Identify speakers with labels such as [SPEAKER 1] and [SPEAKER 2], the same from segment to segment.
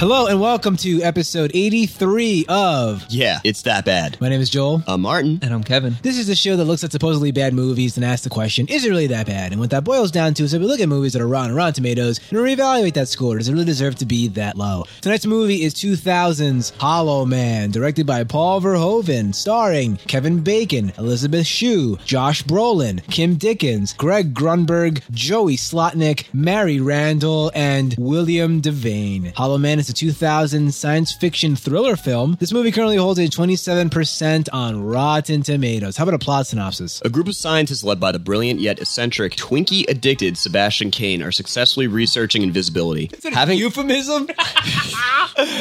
[SPEAKER 1] Hello and welcome to episode 83 of
[SPEAKER 2] Yeah, it's that bad.
[SPEAKER 1] My name is Joel.
[SPEAKER 2] Uh, Martin.
[SPEAKER 3] And I'm Kevin.
[SPEAKER 1] This is a show that looks at supposedly bad movies and asks the question, is it really that bad? And what that boils down to is that we look at movies that are raw and Rotten Tomatoes and reevaluate that score. Does it really deserve to be that low? Tonight's movie is 2000's Hollow Man, directed by Paul Verhoeven, starring Kevin Bacon, Elizabeth Shue, Josh Brolin, Kim Dickens, Greg Grunberg, Joey Slotnick, Mary Randall, and William Devane. Hollow Man is a 2000 science fiction thriller film. This movie currently holds a 27% on Rotten Tomatoes. How about a plot synopsis?
[SPEAKER 2] A group of scientists led by the brilliant yet eccentric Twinkie addicted Sebastian Kane are successfully researching invisibility. Having
[SPEAKER 1] euphemism?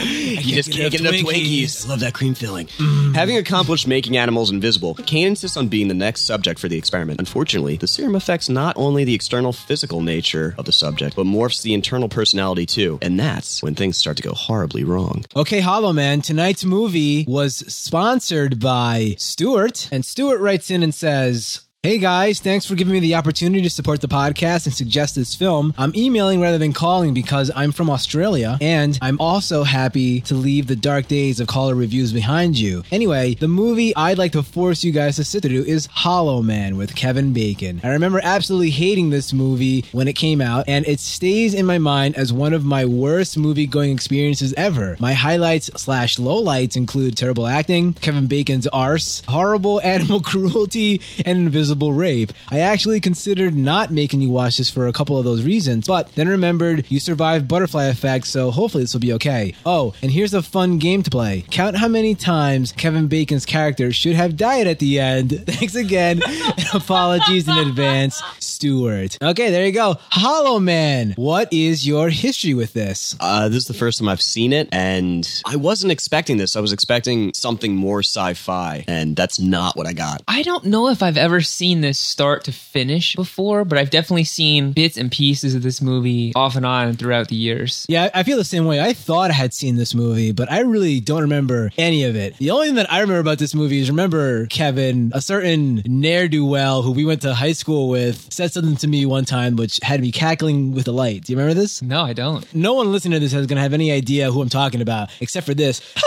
[SPEAKER 2] you just can't get enough Twinkies. Mm. I love that cream filling. Having accomplished making animals invisible, Kane insists on being the next subject for the experiment. Unfortunately, the serum affects not only the external physical nature of the subject, but morphs the internal personality too. And that's when things start to go horribly wrong.
[SPEAKER 1] Okay, Hollow Man, tonight's movie was sponsored by Stuart. And Stuart writes in and says, Hey guys, thanks for giving me the opportunity to support the podcast and suggest this film. I'm emailing rather than calling because I'm from Australia and I'm also happy to leave the dark days of caller reviews behind you. Anyway, the movie I'd like to force you guys to sit through is Hollow Man with Kevin Bacon. I remember absolutely hating this movie when it came out and it stays in my mind as one of my worst movie going experiences ever. My highlights slash lowlights include terrible acting, Kevin Bacon's arse, horrible animal cruelty, and invisible rape. I actually considered not making you watch this for a couple of those reasons, but then remembered you survived butterfly effect, so hopefully this will be okay. Oh, and here's a fun game to play. Count how many times Kevin Bacon's character should have died at the end. Thanks again. and apologies in advance, Stuart. Okay, there you go. Hollow Man. What is your history with this?
[SPEAKER 2] Uh, this is the first time I've seen it, and I wasn't expecting this. I was expecting something more sci fi, and that's not what I got.
[SPEAKER 3] I don't know if I've ever seen this start to finish before, but I've definitely seen bits and pieces of this movie off and on throughout the years.
[SPEAKER 1] Yeah, I feel the same way. I thought I had seen this movie, but I really don't remember any of it. The only thing that I remember about this movie is remember Kevin, a certain ne'er do well who we went to high school with, said something to me one time which had me cackling with delight. Do you remember this?
[SPEAKER 3] No, I don't.
[SPEAKER 1] No one listening to this is going to have any idea who I'm talking about except for this.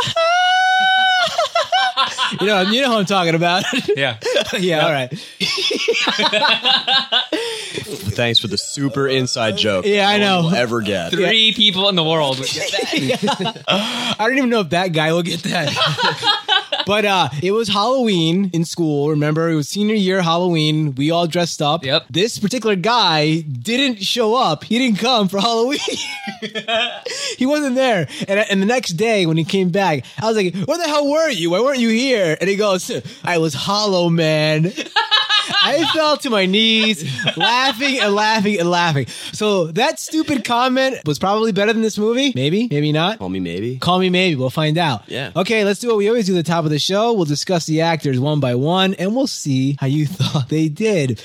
[SPEAKER 1] you know, you know who I'm talking about.
[SPEAKER 3] Yeah.
[SPEAKER 1] yeah, all right.
[SPEAKER 2] Thanks for the super inside joke.
[SPEAKER 1] Yeah, I
[SPEAKER 2] no one
[SPEAKER 1] know.
[SPEAKER 2] will ever get.
[SPEAKER 3] Three people in the world would get that.
[SPEAKER 1] I don't even know if that guy will get that. but uh, it was Halloween in school. Remember, it was senior year Halloween. We all dressed up.
[SPEAKER 3] Yep.
[SPEAKER 1] This particular guy didn't show up. He didn't come for Halloween. he wasn't there. And, and the next day when he came back, I was like, "Where the hell were you? Why weren't you here?" And he goes, "I was hollow, man." I fell to my knees, laughing and laughing and laughing. So that stupid comment was probably better than this movie. Maybe, maybe not.
[SPEAKER 2] Call me maybe.
[SPEAKER 1] Call me maybe. We'll find out.
[SPEAKER 2] Yeah.
[SPEAKER 1] Okay, let's do what we always do at the top of the show. We'll discuss the actors one by one and we'll see how you thought they did.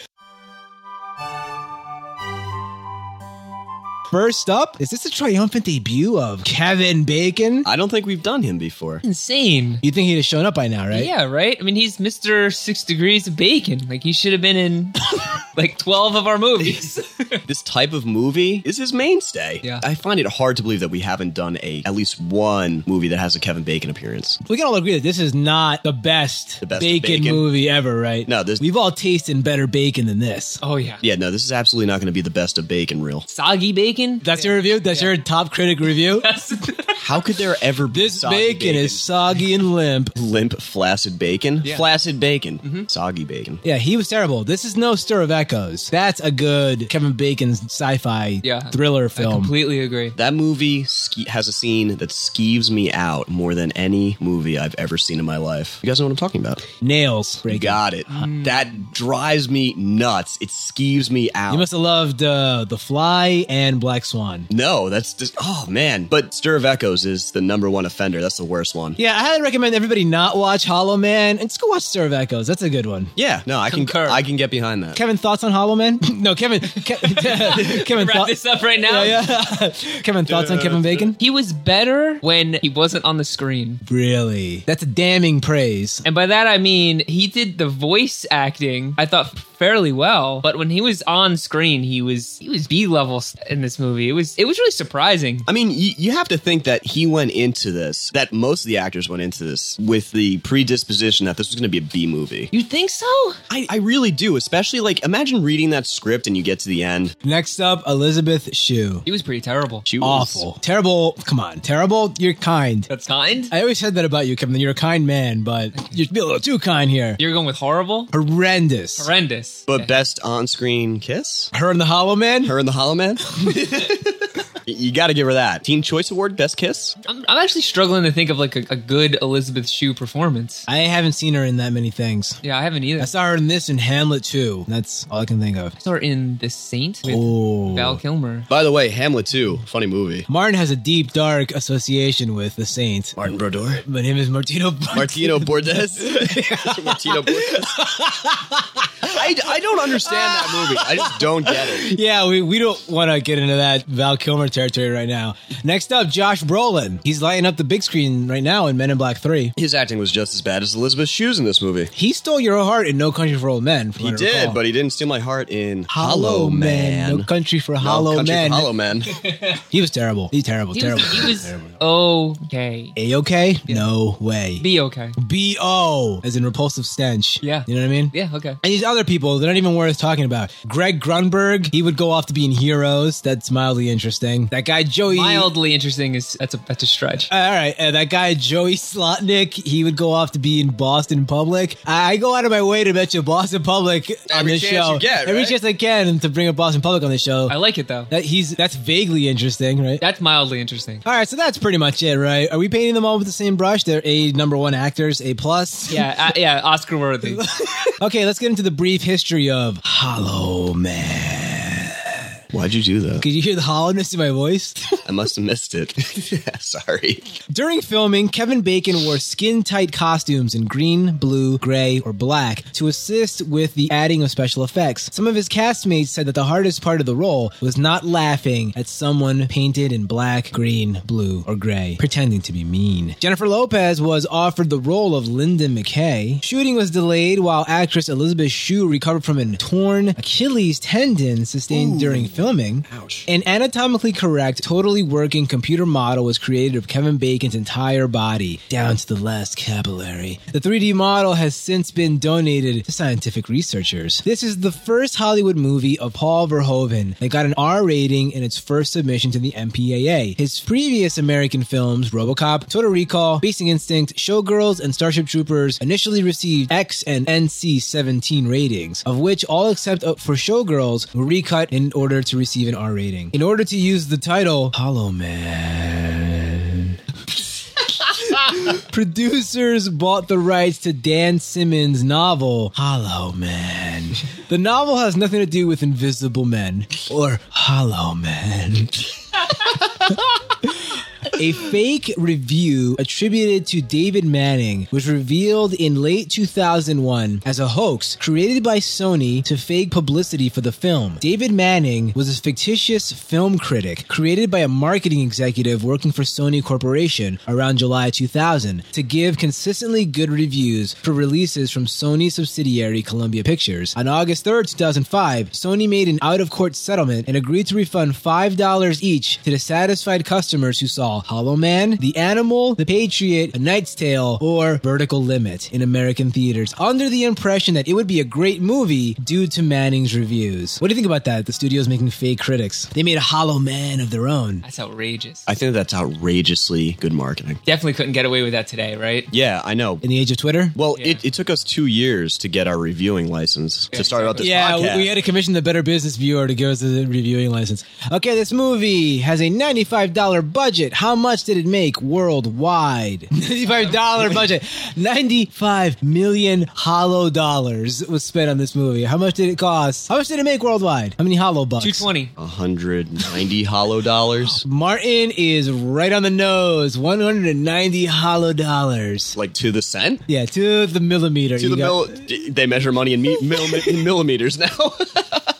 [SPEAKER 1] First up, is this a triumphant debut of Kevin Bacon?
[SPEAKER 2] I don't think we've done him before.
[SPEAKER 3] Insane.
[SPEAKER 1] You think he'd have shown up by now, right?
[SPEAKER 3] Yeah, right? I mean, he's Mr. Six Degrees of Bacon. Like, he should have been in like 12 of our movies.
[SPEAKER 2] This type of movie is his mainstay.
[SPEAKER 3] Yeah.
[SPEAKER 2] I find it hard to believe that we haven't done a at least one movie that has a Kevin Bacon appearance.
[SPEAKER 1] We can all agree that this is not the best,
[SPEAKER 2] The best
[SPEAKER 1] bacon,
[SPEAKER 2] bacon.
[SPEAKER 1] movie ever, right?
[SPEAKER 2] No, this-
[SPEAKER 1] We've all tasted better bacon than this.
[SPEAKER 3] oh, yeah.
[SPEAKER 2] Yeah, no, this is absolutely not going to be the best of Bacon reel.
[SPEAKER 3] Soggy Bacon?
[SPEAKER 1] That's your review? That's your top critic review?
[SPEAKER 2] How could there ever be
[SPEAKER 1] this
[SPEAKER 2] soggy
[SPEAKER 1] bacon, is soggy and limp.
[SPEAKER 2] limp, flaccid bacon?
[SPEAKER 3] Yeah.
[SPEAKER 2] Flaccid bacon,
[SPEAKER 1] Mm-hmm.
[SPEAKER 2] soggy bacon.
[SPEAKER 1] Yeah, he was terrible. This is no Stir of Echoes. That's a good Kevin Bacon's sci-fi
[SPEAKER 3] Yeah.
[SPEAKER 1] thriller
[SPEAKER 3] I
[SPEAKER 1] film.
[SPEAKER 3] completely agree.
[SPEAKER 2] That movie ske- has a scene that skeeves me out more than any movie I've ever seen in my life. You guys know what I'm talking about.
[SPEAKER 1] Nails.
[SPEAKER 2] You
[SPEAKER 1] Breaking. Mm.
[SPEAKER 2] got it. That drives me nuts. It skeeves me out.
[SPEAKER 1] You must have loved uh, The Fly and Black Swan.
[SPEAKER 2] no, that's just oh man. But Stir of Echoes Psychos is the number one offender. That's the worst one.
[SPEAKER 1] Yeah, I highly recommend everybody not watch Hollow Man and just go watch Serve Echoes. That's a good one.
[SPEAKER 2] Yeah, no, I
[SPEAKER 3] Concur.
[SPEAKER 2] can I can get behind that.
[SPEAKER 1] Kevin, thoughts on Hollow Man? no, Kevin. Ke- Kevin,
[SPEAKER 3] Wrap
[SPEAKER 1] thought-
[SPEAKER 3] this up right now.
[SPEAKER 1] Yeah, yeah. Kevin, thoughts on Kevin Bacon?
[SPEAKER 3] He was better when he wasn't on the screen.
[SPEAKER 1] Really? That's a damning praise.
[SPEAKER 3] And by that I mean he did the voice acting. I thought fairly well, but when he was on screen, he was he was B level in this movie. It was it was really surprising.
[SPEAKER 2] I mean, you, you have to think that he went into this, that most of the actors went into this with the predisposition that this was going to be a B movie.
[SPEAKER 3] You think so?
[SPEAKER 2] I, I really do, especially like imagine reading that script and you get to the end.
[SPEAKER 1] Next up, Elizabeth Shue.
[SPEAKER 3] He was pretty terrible.
[SPEAKER 2] She was-
[SPEAKER 1] Awful. Terrible. Come on. Terrible. You're kind.
[SPEAKER 3] That's kind.
[SPEAKER 1] I always said that about you, Kevin. that You're a kind man, but you're being a little too kind here.
[SPEAKER 3] You're going with horrible,
[SPEAKER 1] Horrendous.
[SPEAKER 3] horrendous.
[SPEAKER 2] But best on screen kiss?
[SPEAKER 1] Her and the Hollow Man?
[SPEAKER 2] Her and the Hollow Man? you got to give her that. Teen Choice Award, best kiss?
[SPEAKER 3] I'm, I'm actually struggling to think of like a, a good Elizabeth Shue performance.
[SPEAKER 1] I haven't seen her in that many things.
[SPEAKER 3] Yeah, I haven't either.
[SPEAKER 1] I saw her in this and Hamlet too. That's all I can think of.
[SPEAKER 3] I saw her in The Saint with
[SPEAKER 1] Oh.
[SPEAKER 3] Val Kilmer.
[SPEAKER 2] By the way, Hamlet 2, funny movie.
[SPEAKER 1] Martin has a deep, dark association with the saint.
[SPEAKER 2] Martin Brodeur.
[SPEAKER 1] My name is Martino.
[SPEAKER 2] Martino Bordes. Martino Bordes. I, I don't understand that movie. I just don't get it.
[SPEAKER 1] Yeah, we, we don't want to get into that Val Kilmer territory right now. Next up, Josh Brolin. He's lighting up the big screen right now in Men in Black 3.
[SPEAKER 2] His acting was just as bad as Elizabeth Shue's in this movie.
[SPEAKER 1] He stole your heart in No Country for Old Men. from
[SPEAKER 2] He
[SPEAKER 1] what I
[SPEAKER 2] did,
[SPEAKER 1] recall.
[SPEAKER 2] but he didn't steal my heart in
[SPEAKER 1] Hollow Man. No
[SPEAKER 2] No
[SPEAKER 1] Country for Hollow
[SPEAKER 2] Country for
[SPEAKER 1] Men.
[SPEAKER 2] Hollow Man.
[SPEAKER 1] He was terrible. He terrible,
[SPEAKER 3] He
[SPEAKER 1] terrible.
[SPEAKER 3] was, he was okay.
[SPEAKER 1] A-OK? No way.
[SPEAKER 3] Be okay.
[SPEAKER 1] B-O, as in repulsive stench.
[SPEAKER 3] Yeah.
[SPEAKER 1] You know what I mean?
[SPEAKER 3] Yeah, okay.
[SPEAKER 1] And these other people, they're not even worth talking about. Greg Grunberg, he would go off to being heroes. That's mildly interesting. That guy Joey.
[SPEAKER 3] Mildly interesting is that's a that's a stretch.
[SPEAKER 1] Uh, all right, uh, that guy Joey Slotnick, he would go off to be in Boston Public. I, I go out of my way to mention Boston Public on
[SPEAKER 2] Every
[SPEAKER 1] this
[SPEAKER 2] chance
[SPEAKER 1] show.
[SPEAKER 2] you get,
[SPEAKER 1] Every
[SPEAKER 2] right?
[SPEAKER 1] chance I can to bring up Boston Public on the show.
[SPEAKER 3] I like it though.
[SPEAKER 1] that he's that's vaguely interesting, right?
[SPEAKER 3] That's mildly interesting.
[SPEAKER 1] all right, so that's pretty much it, right? Are we painting them all with the same brush? They're A number one actors, A plus.
[SPEAKER 3] Yeah, uh, yeah, Oscar worthy.
[SPEAKER 1] okay, let's get into the brief history of Hollow Man.
[SPEAKER 2] Why'd you do that?
[SPEAKER 1] Could you hear the hollowness in my voice?
[SPEAKER 2] I must have missed it. Yeah, Sorry.
[SPEAKER 1] During filming, Kevin Bacon wore skin tight costumes in green, blue, gray, or black to assist with the adding of special effects. Some of his castmates said that the hardest part of the role was not laughing at someone painted in black, green, blue, or gray, pretending to be mean. Jennifer Lopez was offered the role of Linda McKay. Shooting was delayed while actress Elizabeth Shue recovered from a torn Achilles tendon sustained during filming.
[SPEAKER 2] Ouch.
[SPEAKER 1] An anatomically correct, totally working computer model was created of Kevin Bacon's entire body, down to the last capillary. The 3D model has since been donated to scientific researchers. This is the first Hollywood movie of Paul Verhoeven that got an R rating in its first submission to the MPAA. His previous American films, Robocop, Total Recall, Basic Instinct, Showgirls, and Starship Troopers, initially received X and NC 17 ratings, of which all except uh, for Showgirls were recut in order to receive an R rating. In order to use the title Hollow Man. Producers bought the rights to Dan Simmons' novel, Hollow Man. The novel has nothing to do with invisible men or Hollow Man. A fake review attributed to David Manning was revealed in late 2001 as a hoax created by Sony to fake publicity for the film. David Manning was a fictitious film critic created by a marketing executive working for Sony Corporation around July 2000 to give consistently good reviews for releases from Sony subsidiary Columbia Pictures. On August 3rd, 2005, Sony made an out of court settlement and agreed to refund $5 each to dissatisfied customers who saw Hollow Man, The Animal, The Patriot, A Knight's Tale, or Vertical Limit in American theaters under the impression that it would be a great movie due to Manning's reviews. What do you think about that? The studio's making fake critics. They made a Hollow Man of their own.
[SPEAKER 3] That's outrageous.
[SPEAKER 2] I think that's outrageously good marketing.
[SPEAKER 3] Definitely couldn't get away with that today, right?
[SPEAKER 2] Yeah, I know.
[SPEAKER 1] In the age of Twitter?
[SPEAKER 2] Well,
[SPEAKER 3] Yeah.
[SPEAKER 2] it, it took us two years to get our reviewing license to start out this
[SPEAKER 1] Yeah,
[SPEAKER 2] podcast.
[SPEAKER 1] we had to commission the Better Business Viewer to give us a reviewing license. Okay, this movie has a $95 budget. How much did it make worldwide? Ninety-five dollar budget. Ninety-five million hollow dollars was spent on this movie. How much did it cost? How much did it make worldwide? How many hollow bucks?
[SPEAKER 3] 220.
[SPEAKER 2] 190 hollow dollars.
[SPEAKER 1] Martin is right on the nose. One hundred and ninety hollow dollars.
[SPEAKER 2] Like to the cent?
[SPEAKER 1] Yeah, to the millimeter.
[SPEAKER 2] To the mil- they measure money in mi- mil- in millimeters now.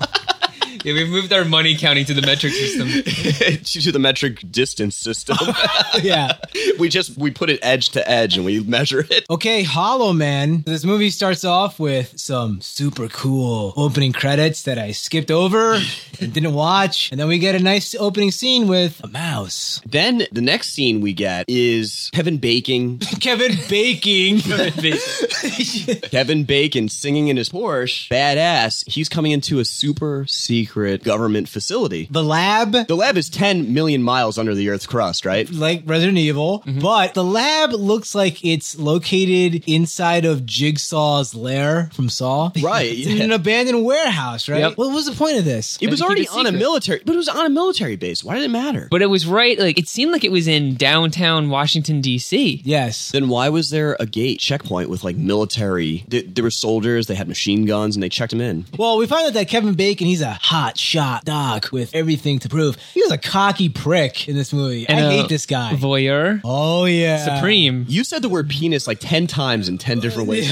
[SPEAKER 3] Yeah, we've moved our money counting to the metric system.
[SPEAKER 2] to the metric distance system.
[SPEAKER 1] yeah.
[SPEAKER 2] we just we put it edge to edge and we measure it.
[SPEAKER 1] Okay, Hollow Man. This movie starts off with some super cool opening credits that I skipped over and didn't watch. And then we get a nice opening scene with a mouse.
[SPEAKER 2] Then the next scene we get is Kevin Bacon.
[SPEAKER 1] Kevin baking.
[SPEAKER 2] Kevin Bacon singing in his Porsche. Badass. He's coming into a super secret government facility.
[SPEAKER 1] the lab.
[SPEAKER 2] The lab is 10 million miles under the Earth's crust, right?
[SPEAKER 1] like Resident Evil,
[SPEAKER 2] Mm-hmm.
[SPEAKER 1] but the lab looks like it's located inside of Jigsaw's lair from Saw.
[SPEAKER 2] Right,
[SPEAKER 1] It's in
[SPEAKER 2] yeah.
[SPEAKER 1] an abandoned warehouse, right?
[SPEAKER 3] Yep.
[SPEAKER 1] What was the point of this?
[SPEAKER 2] It was
[SPEAKER 3] keep
[SPEAKER 2] already
[SPEAKER 3] it
[SPEAKER 2] on a
[SPEAKER 3] secret.
[SPEAKER 2] military, but it was on a military base. Why did it matter?
[SPEAKER 3] But it was right, like, it seemed like it was in downtown Washington, D.C.
[SPEAKER 1] yes.
[SPEAKER 2] Then why was there a gate checkpoint with like military? Th- there were soldiers, they had machine guns, and they checked them in.
[SPEAKER 1] Well, we find out that Kevin Bacon, he's a hot shot doc with everything to prove. He was a cocky prick in this movie. I
[SPEAKER 3] And, uh,
[SPEAKER 1] hate this guy.
[SPEAKER 3] Voyeur.
[SPEAKER 1] oh, yeah.
[SPEAKER 3] Supreme.
[SPEAKER 2] You said the word penis like 10 times in 10 different ways.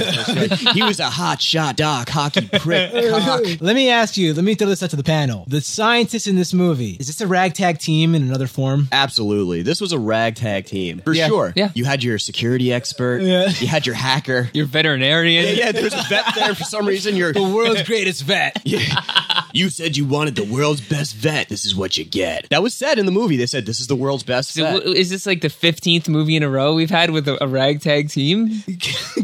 [SPEAKER 2] he was a hot shot doc, hockey prick, cock.
[SPEAKER 1] Let me ask you, let me throw this out to the panel. The scientists in this movie, is this a ragtag team in another form?
[SPEAKER 2] Absolutely. This was a ragtag team. For
[SPEAKER 1] Yeah.
[SPEAKER 2] sure.
[SPEAKER 3] Yeah.
[SPEAKER 2] You had your security expert.
[SPEAKER 1] Yeah.
[SPEAKER 2] You had your hacker.
[SPEAKER 3] Your veterinarian.
[SPEAKER 2] yeah, there's a vet there for some reason. You're,
[SPEAKER 1] The world's greatest vet.
[SPEAKER 2] you said you wanted the world's best vet. This is what you get. That was said in the movie. They said this is the world's best
[SPEAKER 3] So,
[SPEAKER 2] vet.
[SPEAKER 3] w- is this like the 15th movie in a row we've had with a, a ragtag team?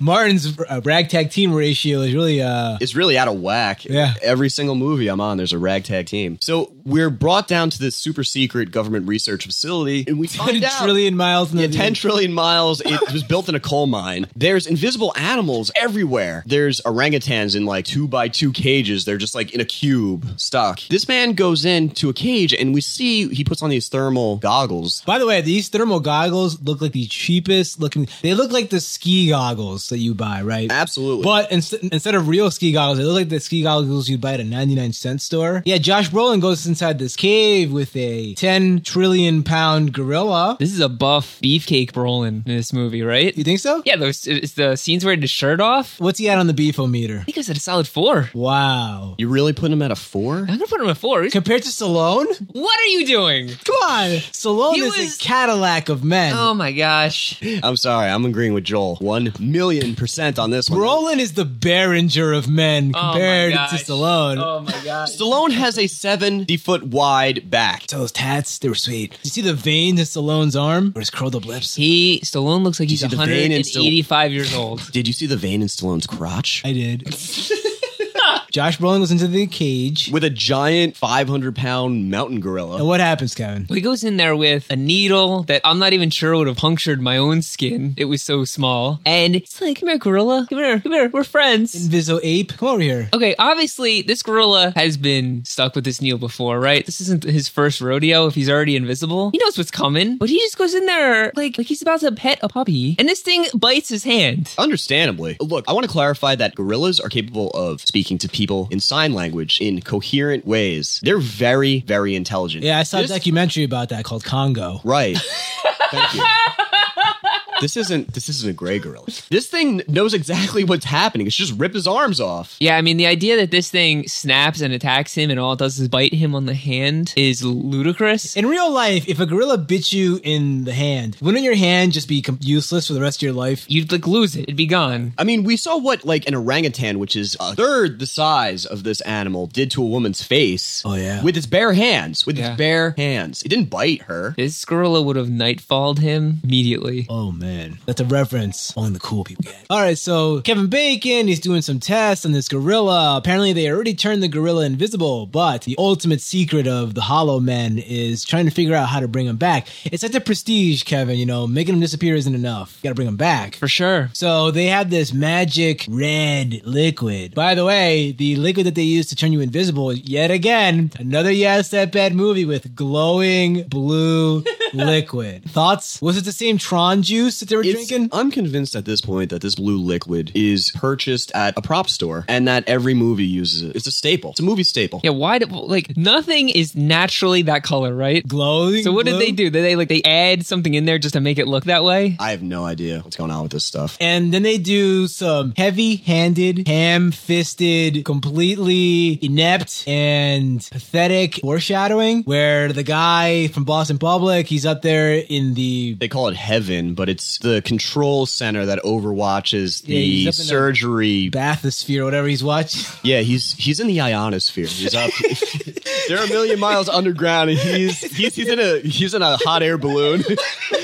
[SPEAKER 1] Martin's uh, ragtag team ratio is really uh
[SPEAKER 2] It's really out of whack.
[SPEAKER 1] Yeah.
[SPEAKER 2] Every single movie I'm on, there's a ragtag team. So we're brought down to this super secret government research facility, and we find
[SPEAKER 1] a
[SPEAKER 2] out
[SPEAKER 1] trillion miles in
[SPEAKER 2] Yeah,
[SPEAKER 1] the
[SPEAKER 2] 10 trillion miles. It was built in a coal mine. There's invisible animals everywhere. There's orangutans in like two by two cages. They're just like in a cube stuck. This man goes into a cage and we see he puts on these thermal goggles.
[SPEAKER 1] By the way, these thermal goggles look like the cheapest looking. They look like the ski goggles that you buy, right?
[SPEAKER 2] Absolutely.
[SPEAKER 1] But inst- instead of real ski goggles, they look like the ski goggles you'd buy at a 99 cent store. Yeah, Josh Brolin goes inside this cave with a 10 trillion pound gorilla.
[SPEAKER 3] This is a buff beefcake Brolin in this movie, right?
[SPEAKER 1] You think so?
[SPEAKER 3] Yeah, those it's the scenes where he had his shirt off. I
[SPEAKER 1] What's he at on the beefo meter?
[SPEAKER 3] think I was at a solid four.
[SPEAKER 1] Wow.
[SPEAKER 2] you really putting him at a four?
[SPEAKER 3] I'm gonna put him at four.
[SPEAKER 1] Compared to Stallone?
[SPEAKER 3] What are you doing?
[SPEAKER 1] Come on. Stallone
[SPEAKER 3] He
[SPEAKER 1] is
[SPEAKER 3] was-
[SPEAKER 1] a Cadillac of men.
[SPEAKER 3] Oh my gosh.
[SPEAKER 2] I'm sorry. I'm agreeing with Joel. One million percent on this one.
[SPEAKER 1] Brolin is the Behringer of men
[SPEAKER 3] Oh my
[SPEAKER 1] compared to
[SPEAKER 3] gosh.
[SPEAKER 1] Stallone.
[SPEAKER 3] Oh my gosh.
[SPEAKER 2] Stallone has a 70 foot wide back.
[SPEAKER 1] So those tats, they were sweet. You see the veins in Stallone's arm? Or his curled up lips?
[SPEAKER 3] He Stallone looks like he's
[SPEAKER 2] see the vein in Stallone?
[SPEAKER 3] 185 years old.
[SPEAKER 2] Did you see the vein in Stallone's crotch?
[SPEAKER 1] I did. Josh Brolin goes into the cage.
[SPEAKER 2] With a giant 500 pound mountain gorilla.
[SPEAKER 1] And what happens, Kevin?
[SPEAKER 3] He goes in there with a needle that I'm not even sure would have punctured my own skin. It was so small. And it's like, come here, gorilla. Come here, come here. We're friends.
[SPEAKER 1] Inviso ape, come over here.
[SPEAKER 3] Okay, obviously, this gorilla has been stuck with this needle before, right? This isn't his first rodeo if he's already invisible. He knows what's coming, but he just goes in there like, like he's about to pet a puppy, and this thing bites his hand.
[SPEAKER 2] Understandably. Look, I want to clarify that gorillas are capable of speaking to people in sign language in coherent ways. They're very, very intelligent.
[SPEAKER 1] Yeah, I saw
[SPEAKER 2] This-
[SPEAKER 1] a documentary about that called Congo.
[SPEAKER 2] Right. Thank you. This isn't this isn't a gray gorilla. This thing knows exactly what's happening. It's just rip his arms off.
[SPEAKER 3] Yeah, I mean, the idea that this thing snaps and attacks him and all it does is bite him on the hand is ludicrous.
[SPEAKER 1] In real life, if a gorilla bit you in the hand, wouldn't your hand just be com- useless for the rest of your life?
[SPEAKER 3] You'd like lose it, it'd be gone.
[SPEAKER 2] I mean, we saw what like an orangutan, which is a third the size of this animal, did to a woman's face.
[SPEAKER 1] Oh, yeah.
[SPEAKER 2] With its bare hands. With
[SPEAKER 3] Yeah.
[SPEAKER 2] its bare hands. It didn't bite her.
[SPEAKER 3] This gorilla would have nightfalled him immediately.
[SPEAKER 1] Oh man, that's a reference only the cool people get. All right, so Kevin Bacon, he's doing some tests on this gorilla. Apparently, they already turned the gorilla invisible, but the ultimate secret of the Hollow Men is trying to figure out how to bring him back. It's like the prestige, Kevin. You know, making him disappear isn't enough. You got to bring him back.
[SPEAKER 3] For sure.
[SPEAKER 1] So they have this magic red liquid. By the way, the liquid that they use to turn you invisible, yet again, another yes that bad movie with glowing blue liquid. Thoughts? Was it the same Tron juice that they were
[SPEAKER 2] It's-
[SPEAKER 1] drinking?
[SPEAKER 2] I'm convinced at this point that this blue liquid is purchased at a prop store and that every movie uses it. It's a staple. It's a movie staple.
[SPEAKER 3] Yeah, why? Do, like nothing is naturally that color, right?
[SPEAKER 1] Glowing.
[SPEAKER 3] So what did
[SPEAKER 1] blue?
[SPEAKER 3] they do? Did they like they add something in there just to make it look that way?
[SPEAKER 2] I have no idea what's going on with this stuff.
[SPEAKER 1] And then they do some heavy handed, ham fisted, completely inept and pathetic foreshadowing where the guy from Boston Public, he's up there in the.
[SPEAKER 2] They call it heaven, but it's the control center that overwatches the
[SPEAKER 1] Yeah, he's up in the-
[SPEAKER 2] surgery.
[SPEAKER 1] Bathysphere, whatever he's watching.
[SPEAKER 2] yeah, he's he's in the ionosphere. He's up. They're a million miles underground, and he's he's he's in a he's in a hot air balloon.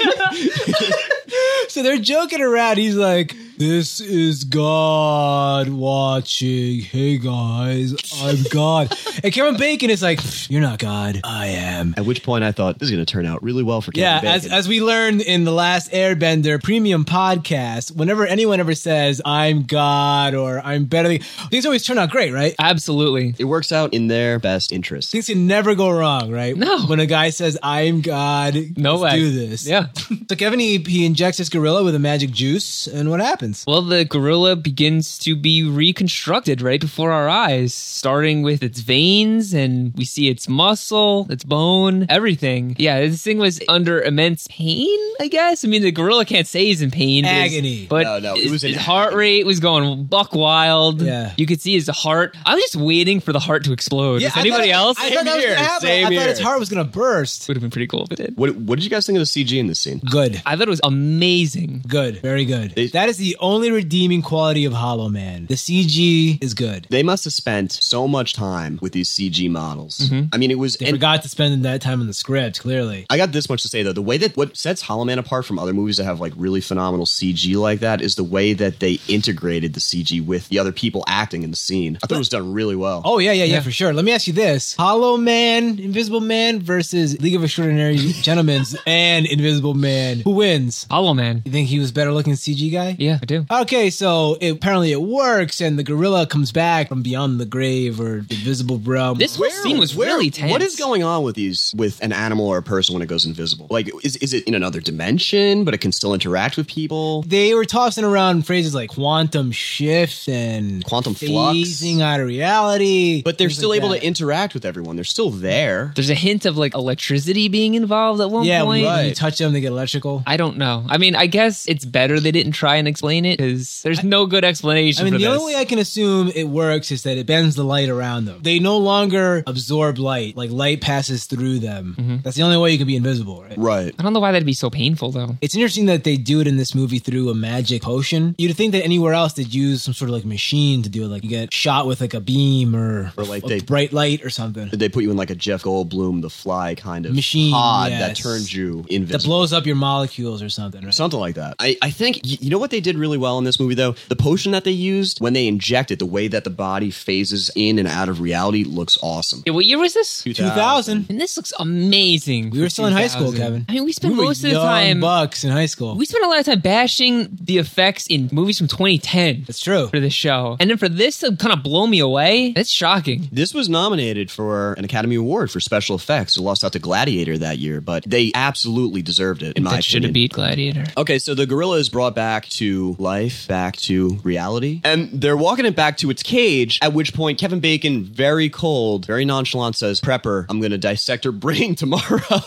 [SPEAKER 1] So they're joking around. He's like, This is God watching. Hey guys, I'm God. and Kevin Bacon is like, You're not God. I am.
[SPEAKER 2] At which point, I thought this is going to turn out really well for Kevin
[SPEAKER 1] Yeah,
[SPEAKER 2] Bacon.
[SPEAKER 1] as, as we learned in the last Airbender premium podcast, whenever anyone ever says, I'm God or I'm better, than-" things always turn out great, right?
[SPEAKER 3] Absolutely.
[SPEAKER 2] it works out in their best interest.
[SPEAKER 1] Things can never go wrong, right?
[SPEAKER 3] No.
[SPEAKER 1] When a guy says, I'm God,
[SPEAKER 3] No
[SPEAKER 1] let's
[SPEAKER 3] way.
[SPEAKER 1] do this.
[SPEAKER 3] Yeah.
[SPEAKER 1] So Kevin, he, he injects this gorilla with a magic juice, and what happens?
[SPEAKER 3] Well, the gorilla begins to be reconstructed right before our eyes, starting with its veins, and we see its muscle, its bone, everything. Yeah, this thing was under immense pain, I guess. I mean, the gorilla can't say he's in pain. but his-
[SPEAKER 1] Agony.
[SPEAKER 3] But
[SPEAKER 2] No, no, it
[SPEAKER 3] his,
[SPEAKER 2] was in
[SPEAKER 3] his heart rate was going buck wild.
[SPEAKER 1] Yeah.
[SPEAKER 3] You could see his heart. I'm just waiting for the heart to explode. Is
[SPEAKER 1] I
[SPEAKER 3] anybody
[SPEAKER 1] thought-
[SPEAKER 3] else?
[SPEAKER 1] I thought that was
[SPEAKER 2] Same
[SPEAKER 1] gonna
[SPEAKER 2] here,
[SPEAKER 1] happen.
[SPEAKER 2] same
[SPEAKER 1] I thought
[SPEAKER 2] here.
[SPEAKER 1] his heart was going to burst.
[SPEAKER 3] Would have been pretty cool if it did.
[SPEAKER 2] What, what did you guys think of the CG in this scene?
[SPEAKER 1] Good.
[SPEAKER 3] I thought it was amazing.
[SPEAKER 1] Good. Very good.
[SPEAKER 2] They-
[SPEAKER 1] that is the only redeeming quality of Hollow Man. The CG is good.
[SPEAKER 2] They must have spent so much time with these CG models. I mean, it was.
[SPEAKER 1] Mm-hmm. They
[SPEAKER 2] and
[SPEAKER 1] forgot to spend that time on the script, clearly.
[SPEAKER 2] I got this much to say though: the way that what sets Hollow Man apart from other movies that have like really phenomenal CG like that is the way that they integrated the CG with the other people acting in the scene. I thought it was done really well.
[SPEAKER 1] Oh yeah, yeah, yeah,
[SPEAKER 3] Yeah.
[SPEAKER 1] for sure. Let me ask you this: Hollow Man, Invisible Man versus League of Extraordinary Gentlemen's and Invisible Man. Who wins?
[SPEAKER 3] Hollow Man.
[SPEAKER 1] You think he was better looking CG guy?
[SPEAKER 3] Yeah, I do.
[SPEAKER 1] Okay, so it, apparently it works, and the gorilla comes back from beyond the grave or the invisible realm.
[SPEAKER 3] This whole scene was really tense.
[SPEAKER 2] What is going on with these with an animal or a person when it goes invisible? Like, is is it in another dimension, but it can still interact with people?
[SPEAKER 1] they were tossing around phrases like quantum shift and
[SPEAKER 2] Quantum flux.
[SPEAKER 1] phasing out of reality,
[SPEAKER 2] But they're
[SPEAKER 1] things
[SPEAKER 2] still
[SPEAKER 1] like
[SPEAKER 2] able
[SPEAKER 1] that.
[SPEAKER 2] to interact with everyone. They're still there.
[SPEAKER 3] There's a hint of like electricity being involved at one
[SPEAKER 1] yeah, when
[SPEAKER 3] point.
[SPEAKER 1] you- when you
[SPEAKER 2] Right.
[SPEAKER 1] touch them, they get electrical.
[SPEAKER 3] I don't know. I mean, I guess it's better they didn't try and explain it because there's no good explanation
[SPEAKER 1] I mean,
[SPEAKER 3] for
[SPEAKER 1] the
[SPEAKER 3] this.
[SPEAKER 1] only way I can assume it works is that it bends the light around them. They no longer absorb light; like light passes through them.
[SPEAKER 2] Mm-hmm.
[SPEAKER 1] That's the only way you can be invisible, right?
[SPEAKER 2] Right.
[SPEAKER 3] I don't know why that'd be so painful though.
[SPEAKER 1] It's interesting that they do it in this movie through a magic potion. You'd think that anywhere else they'd use some sort of like machine to do it, like you get shot with like a beam or,
[SPEAKER 2] Or, like,
[SPEAKER 1] a
[SPEAKER 2] they-
[SPEAKER 1] bright light or something
[SPEAKER 2] Did they put you in like a Jeff Goldblum, the fly kind of
[SPEAKER 1] Machine,
[SPEAKER 2] pod
[SPEAKER 1] yes.
[SPEAKER 2] that turns you
[SPEAKER 1] that
[SPEAKER 2] invisible?
[SPEAKER 1] blows up your molecules or something. Right?
[SPEAKER 2] Something like that. I, I think, y- you know what they did really well in this movie, though? The potion that they used, when they inject it, the way that the body phases in and out of reality looks awesome.
[SPEAKER 3] Yeah, what year was this?
[SPEAKER 1] Two thousand.
[SPEAKER 3] And this looks amazing.
[SPEAKER 1] We were
[SPEAKER 3] for
[SPEAKER 1] still in high school,
[SPEAKER 3] 2000.
[SPEAKER 1] Kevin.
[SPEAKER 3] I mean, we spent
[SPEAKER 1] were
[SPEAKER 3] most of the
[SPEAKER 1] young
[SPEAKER 3] time.
[SPEAKER 1] bucks in high school.
[SPEAKER 3] We spent a lot of time bashing the effects in movies from 2010
[SPEAKER 1] That's true.
[SPEAKER 3] for this show, and then for this to kind of blow me away, that's shocking.
[SPEAKER 2] This was nominated for an Academy Award for special effects. It lost out to Gladiator that year, but they absolutely deserved it, in my
[SPEAKER 3] that should have
[SPEAKER 2] opinion.
[SPEAKER 3] beat Gladiator.
[SPEAKER 2] Okay, so the gorilla is brought back to life, back to reality, and they're walking it back to its cage. At which point, Kevin Bacon, very cold, very nonchalant, says, "Prepper, I'm going to dissect her brain tomorrow.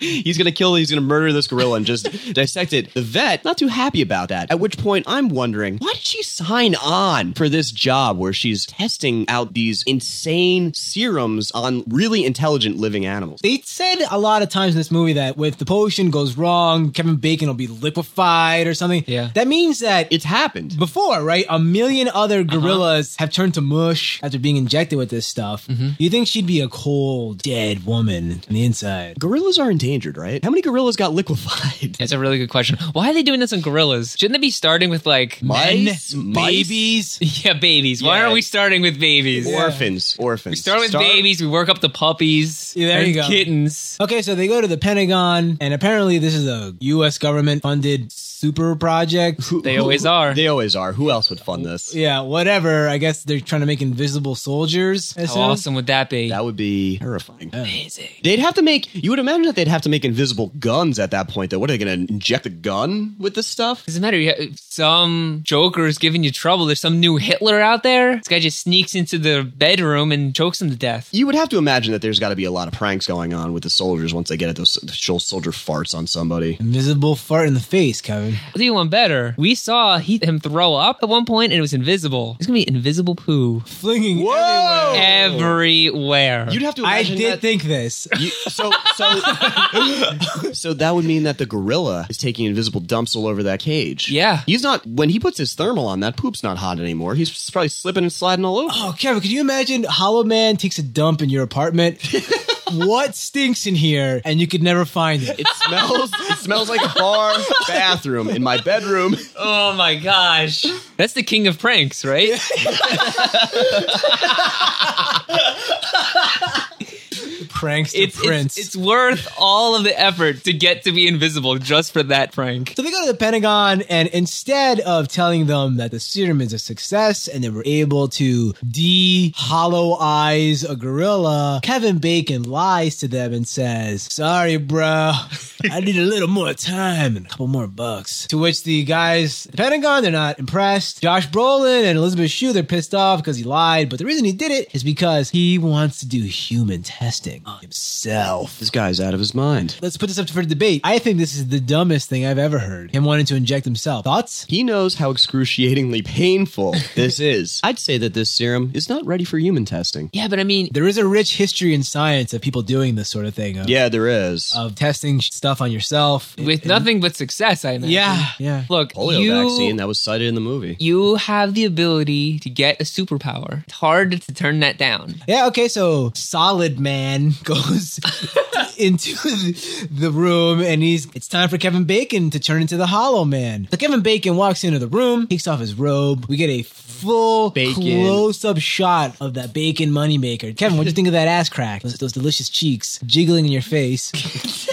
[SPEAKER 2] he's going to kill, he's going to murder this gorilla and just dissect it." The vet, not too happy about that. At which point, I'm wondering, why did she sign on for this job where she's testing out these insane serums on really intelligent living animals?
[SPEAKER 1] They said a lot of times in this movie that if the potion goes wrong, Kevin Bacon will be liquefied or something.
[SPEAKER 3] Yeah.
[SPEAKER 1] That means that
[SPEAKER 2] It's happened.
[SPEAKER 1] before, right? A million other gorillas have turned to mush after being injected with this stuff. You think she'd be a cold, dead woman on the inside?
[SPEAKER 2] Gorillas are endangered, right? How many gorillas got liquefied?
[SPEAKER 3] That's a really good question. Why are they doing this on gorillas? Shouldn't they be starting with like
[SPEAKER 2] Mice,
[SPEAKER 1] Men,
[SPEAKER 2] mice,
[SPEAKER 1] babies.
[SPEAKER 3] Yeah, babies. Why
[SPEAKER 2] Yeah.
[SPEAKER 3] aren't we starting with babies?
[SPEAKER 2] orphans, orphans.
[SPEAKER 3] We start with babies, we work up to puppies,
[SPEAKER 1] Yeah, there
[SPEAKER 3] and
[SPEAKER 1] you go.
[SPEAKER 3] kittens.
[SPEAKER 1] Okay, so they go to the Pentagon, and apparently this is a U.S. government funded super project.
[SPEAKER 3] They always are.
[SPEAKER 2] They always are. Who else would fund this?
[SPEAKER 1] yeah, whatever. I guess they're trying to make invisible soldiers. Oh, I
[SPEAKER 3] How
[SPEAKER 1] assume.
[SPEAKER 3] awesome would that be?
[SPEAKER 2] That would be terrifying.
[SPEAKER 3] Amazing.
[SPEAKER 2] They'd have to make. You would imagine that they'd have to make invisible guns at that point. Though, what are they going to inject a gun with this stuff?
[SPEAKER 3] Doesn't matter. You have, some Joker is giving you trouble. There's some new Hitler out there. This guy just sneaks into the bedroom and chokes him to death.
[SPEAKER 2] You would have to imagine that there's got to be a lot of pranks going on with the soldiers once they get at those those soldier farts on somebody.
[SPEAKER 1] Invisible fart in the face, Kevin.
[SPEAKER 3] I'll do you one better. We saw he, him throw up at one point and it was invisible. It's gonna be invisible poo
[SPEAKER 1] Flinging
[SPEAKER 2] Whoa!
[SPEAKER 1] everywhere.
[SPEAKER 3] everywhere.
[SPEAKER 2] You'd have to.
[SPEAKER 1] I
[SPEAKER 2] Imagine
[SPEAKER 1] did
[SPEAKER 2] that-
[SPEAKER 1] think this.
[SPEAKER 2] You, so so so that would mean that the gorilla is taking invisible dumps all over that cage.
[SPEAKER 3] Yeah.
[SPEAKER 2] he's not. When he puts his thermal on, that poop's not hot anymore. He's probably slipping and sliding all over.
[SPEAKER 1] Oh, Kevin, could you imagine Hollow Man takes a dump in your apartment? what stinks in here? And you could never find it.
[SPEAKER 2] It smells. it smells like a bar bathroom in my bedroom.
[SPEAKER 3] oh my gosh, that's the king of pranks, right?
[SPEAKER 1] Prankster
[SPEAKER 3] it's,
[SPEAKER 1] Prince.
[SPEAKER 3] it's it's worth all of the effort to get to be invisible just for that prank.
[SPEAKER 1] so they go to the Pentagon, and instead of telling them that the serum is a success and they were able to de hollow eyes a gorilla, Kevin Bacon lies to them and says, Sorry, bro, I need a little more time and a couple more bucks. To which the guys, at the Pentagon, they're not impressed. Josh Brolin and Elizabeth Shue, they're pissed off because he lied, but the reason he did it is because he wants to do human testing on himself.
[SPEAKER 2] This guy's out of his mind.
[SPEAKER 1] Let's put this up for debate. I think this is the dumbest thing I've ever heard. Him wanting to inject himself. Thoughts?
[SPEAKER 2] He knows how excruciatingly painful this is. I'd say that this serum is not ready for human testing.
[SPEAKER 3] Yeah, but I mean,
[SPEAKER 1] There is a rich history in science of people doing this sort of thing. Of,
[SPEAKER 2] Yeah, there is.
[SPEAKER 1] Of testing stuff on yourself.
[SPEAKER 3] with nothing but success, I imagine.
[SPEAKER 1] Yeah. Yeah.
[SPEAKER 3] Look,
[SPEAKER 2] Polio
[SPEAKER 3] you,
[SPEAKER 2] vaccine that was cited in the movie.
[SPEAKER 3] you have the ability to get a superpower. It's hard to turn that down.
[SPEAKER 1] Yeah, okay, so Solid Man goes into the- the room and he's it's time for Kevin Bacon to turn into the Hollow Man. So Kevin Bacon walks into the room, takes off his robe. We get a full
[SPEAKER 2] Bacon.
[SPEAKER 1] close-up shot of that bacon moneymaker. Kevin, what do you think of that ass crack? Those, those delicious cheeks jiggling in your face.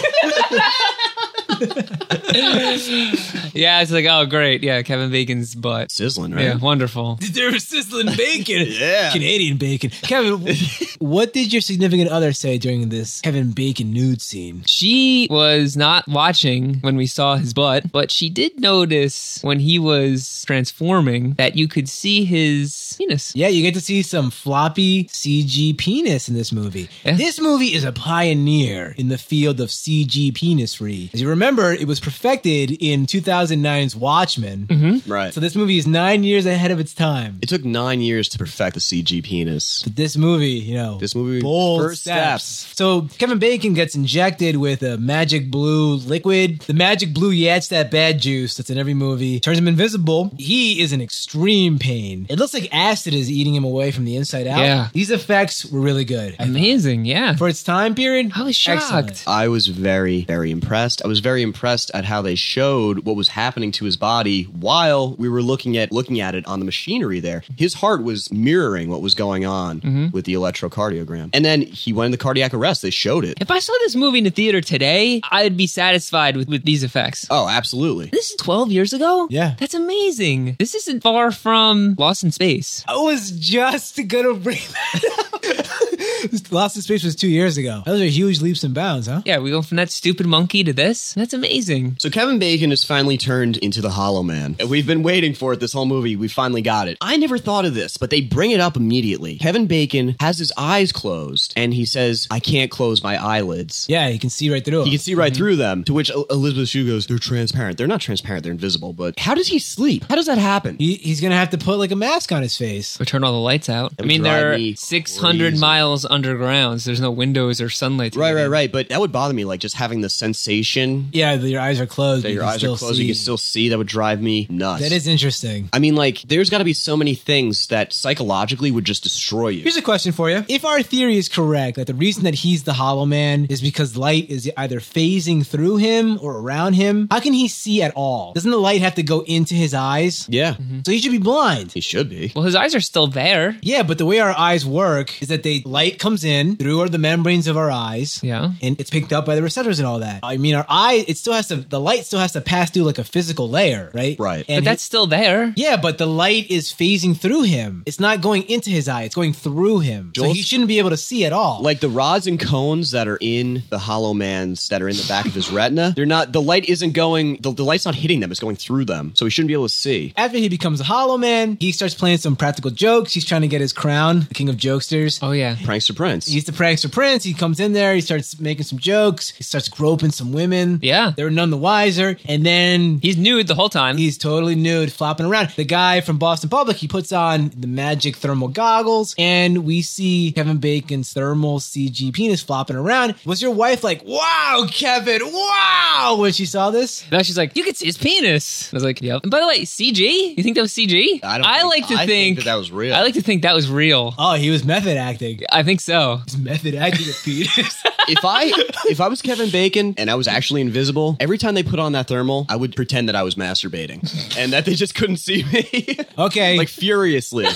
[SPEAKER 3] Yeah, it's like, oh, great. Yeah, Kevin Bacon's butt.
[SPEAKER 2] Sizzling, right?
[SPEAKER 3] Yeah, wonderful.
[SPEAKER 1] They're sizzling bacon.
[SPEAKER 2] Yeah.
[SPEAKER 1] Canadian bacon. Kevin, what did your significant other say during this Kevin Bacon nude scene?
[SPEAKER 3] She was not watching when we saw his butt, but she did notice when he was transforming that you could see his penis.
[SPEAKER 1] Yeah, you get to see some floppy CG penis in this movie.
[SPEAKER 3] Yeah.
[SPEAKER 1] This movie is a pioneer in the field of CG penisry. As you remember, it was perfected in 2009's Watchmen.
[SPEAKER 2] Right.
[SPEAKER 1] So this movie is nine years ahead of its time.
[SPEAKER 2] it took nine years to perfect the CG penis.
[SPEAKER 1] But this movie, you know,
[SPEAKER 2] This movie-
[SPEAKER 1] bold
[SPEAKER 2] first
[SPEAKER 1] steps.
[SPEAKER 2] steps.
[SPEAKER 1] So Kevin Bacon gets injected with a magic blue liquid. The magic blue, yeah, it's that bad juice that's in every movie. Turns him invisible. He is in extreme pain. It looks like acid is eating him away from the inside out.
[SPEAKER 3] Yeah.
[SPEAKER 1] These effects were really good.
[SPEAKER 3] Amazing, yeah.
[SPEAKER 1] For its time period,
[SPEAKER 3] I was shocked.
[SPEAKER 1] excellent.
[SPEAKER 2] I was very, very impressed. I was very impressed at how they showed what was happening to his body while we were looking at looking at it on the machinery there. His heart was mirroring what was going on
[SPEAKER 1] Mm-hmm.
[SPEAKER 2] with the electrocardiogram. And then he went into cardiac arrest. They showed it.
[SPEAKER 3] If I saw this movie in the theater today, I'd be satisfied with, with these effects.
[SPEAKER 2] Oh, absolutely.
[SPEAKER 3] Uh, This is 12 years ago?
[SPEAKER 1] Yeah.
[SPEAKER 3] That's amazing. This isn't far from Lost in Space.
[SPEAKER 1] I was just gonna bring that up. Lost in Space was two years ago. Those are huge leaps and bounds, huh?
[SPEAKER 3] Yeah, we go from that stupid monkey to this. That's amazing.
[SPEAKER 2] So Kevin Bacon is finally turned into the Hollow Man. And We've been waiting for it this whole movie. We finally got it. I never thought of this, but they bring it up immediately. Kevin Bacon has his eyes closed and he says, "I can't close my eyelids."
[SPEAKER 1] Yeah, you can see right through
[SPEAKER 2] You
[SPEAKER 1] him.
[SPEAKER 2] can see right through them. To which El- Elizabeth Shue goes, "They're transparent. They're not transparent. They're invisible." But how does he sleep? How does that happen?
[SPEAKER 1] He, he's gonna have to put like a mask on his face.
[SPEAKER 3] Or turn all the lights out. I
[SPEAKER 2] would
[SPEAKER 3] mean,
[SPEAKER 2] drive
[SPEAKER 3] they're
[SPEAKER 2] me
[SPEAKER 3] 600
[SPEAKER 2] crazy.
[SPEAKER 3] miles underground, so there's no windows or sunlight. to
[SPEAKER 2] right,
[SPEAKER 3] get
[SPEAKER 2] right,
[SPEAKER 3] in.
[SPEAKER 2] right. But that would bother me. Like just having the sensation
[SPEAKER 1] Yeah, that your eyes are closed. but
[SPEAKER 2] that
[SPEAKER 1] you
[SPEAKER 2] your
[SPEAKER 1] can
[SPEAKER 2] eyes
[SPEAKER 1] still
[SPEAKER 2] are closed,
[SPEAKER 1] see.
[SPEAKER 2] you can still see. That would drive me nuts.
[SPEAKER 1] That is interesting.
[SPEAKER 2] I mean, like, there's got to be so many things that psychologically would just destroy you.
[SPEAKER 1] Here's a question for you. If our theory is correct, that the reason that he's the Hollow Man is because light is either phasing through him or around him, how can he see at all? Doesn't the light have to go into his eyes?
[SPEAKER 2] Yeah,
[SPEAKER 1] So he should be blind.
[SPEAKER 2] he should be.
[SPEAKER 3] Well, his eyes are still there.
[SPEAKER 1] Yeah, but the way our eyes work is that they light comes in through the membranes of our eyes.
[SPEAKER 3] Yeah.
[SPEAKER 1] And it's picked up by the receptors and all that. I mean, our eye, it still has to, the light still has to pass through like a physical layer, right?
[SPEAKER 2] Right.
[SPEAKER 1] And
[SPEAKER 3] but that's still there.
[SPEAKER 1] yeah, but the light is phasing through him. It's not going into his eye. It's going through him. so
[SPEAKER 2] Joel's-
[SPEAKER 1] he shouldn't be able to see at all.
[SPEAKER 2] Like the rods and cones that are in the hollow man's that are in the back of his retina, they're not. The light isn't going. The, the light's not hitting them. It's going through them, so he shouldn't be able to see.
[SPEAKER 1] after he becomes a Hollow Man, he starts playing some practical jokes. He's trying to get his crown, the king of jokesters.
[SPEAKER 3] Oh yeah.
[SPEAKER 2] Prankster Prince.
[SPEAKER 1] He's the prankster prince. He comes in there. He starts making some jokes. He starts groping some women.
[SPEAKER 3] Yeah.
[SPEAKER 1] They're none the wiser. And then
[SPEAKER 3] He's nude the whole time.
[SPEAKER 1] he's totally nude, flopping around. The guy from Boston Public, he puts on the magic thermal goggles, and we see Kevin Bacon's thermal CG penis flopping around. Was your wife like, wow, Kevin, wow, when she saw this?
[SPEAKER 3] now she's like, you can see his penis. I was like, yep. And by the way, CG? You think that was CG?
[SPEAKER 2] I don't
[SPEAKER 3] I
[SPEAKER 2] think-
[SPEAKER 3] like to
[SPEAKER 2] I
[SPEAKER 3] think,
[SPEAKER 2] think that that was real.
[SPEAKER 3] I like to think that was real.
[SPEAKER 1] Oh, he was method acting.
[SPEAKER 3] I think so.
[SPEAKER 1] He's method acting a penis.
[SPEAKER 2] if I if I was Kevin Bacon and I was actually invisible, every time they put on that thermal, I would pretend that I was masturbating and that they just couldn't see me.
[SPEAKER 1] Okay.
[SPEAKER 2] like furiously.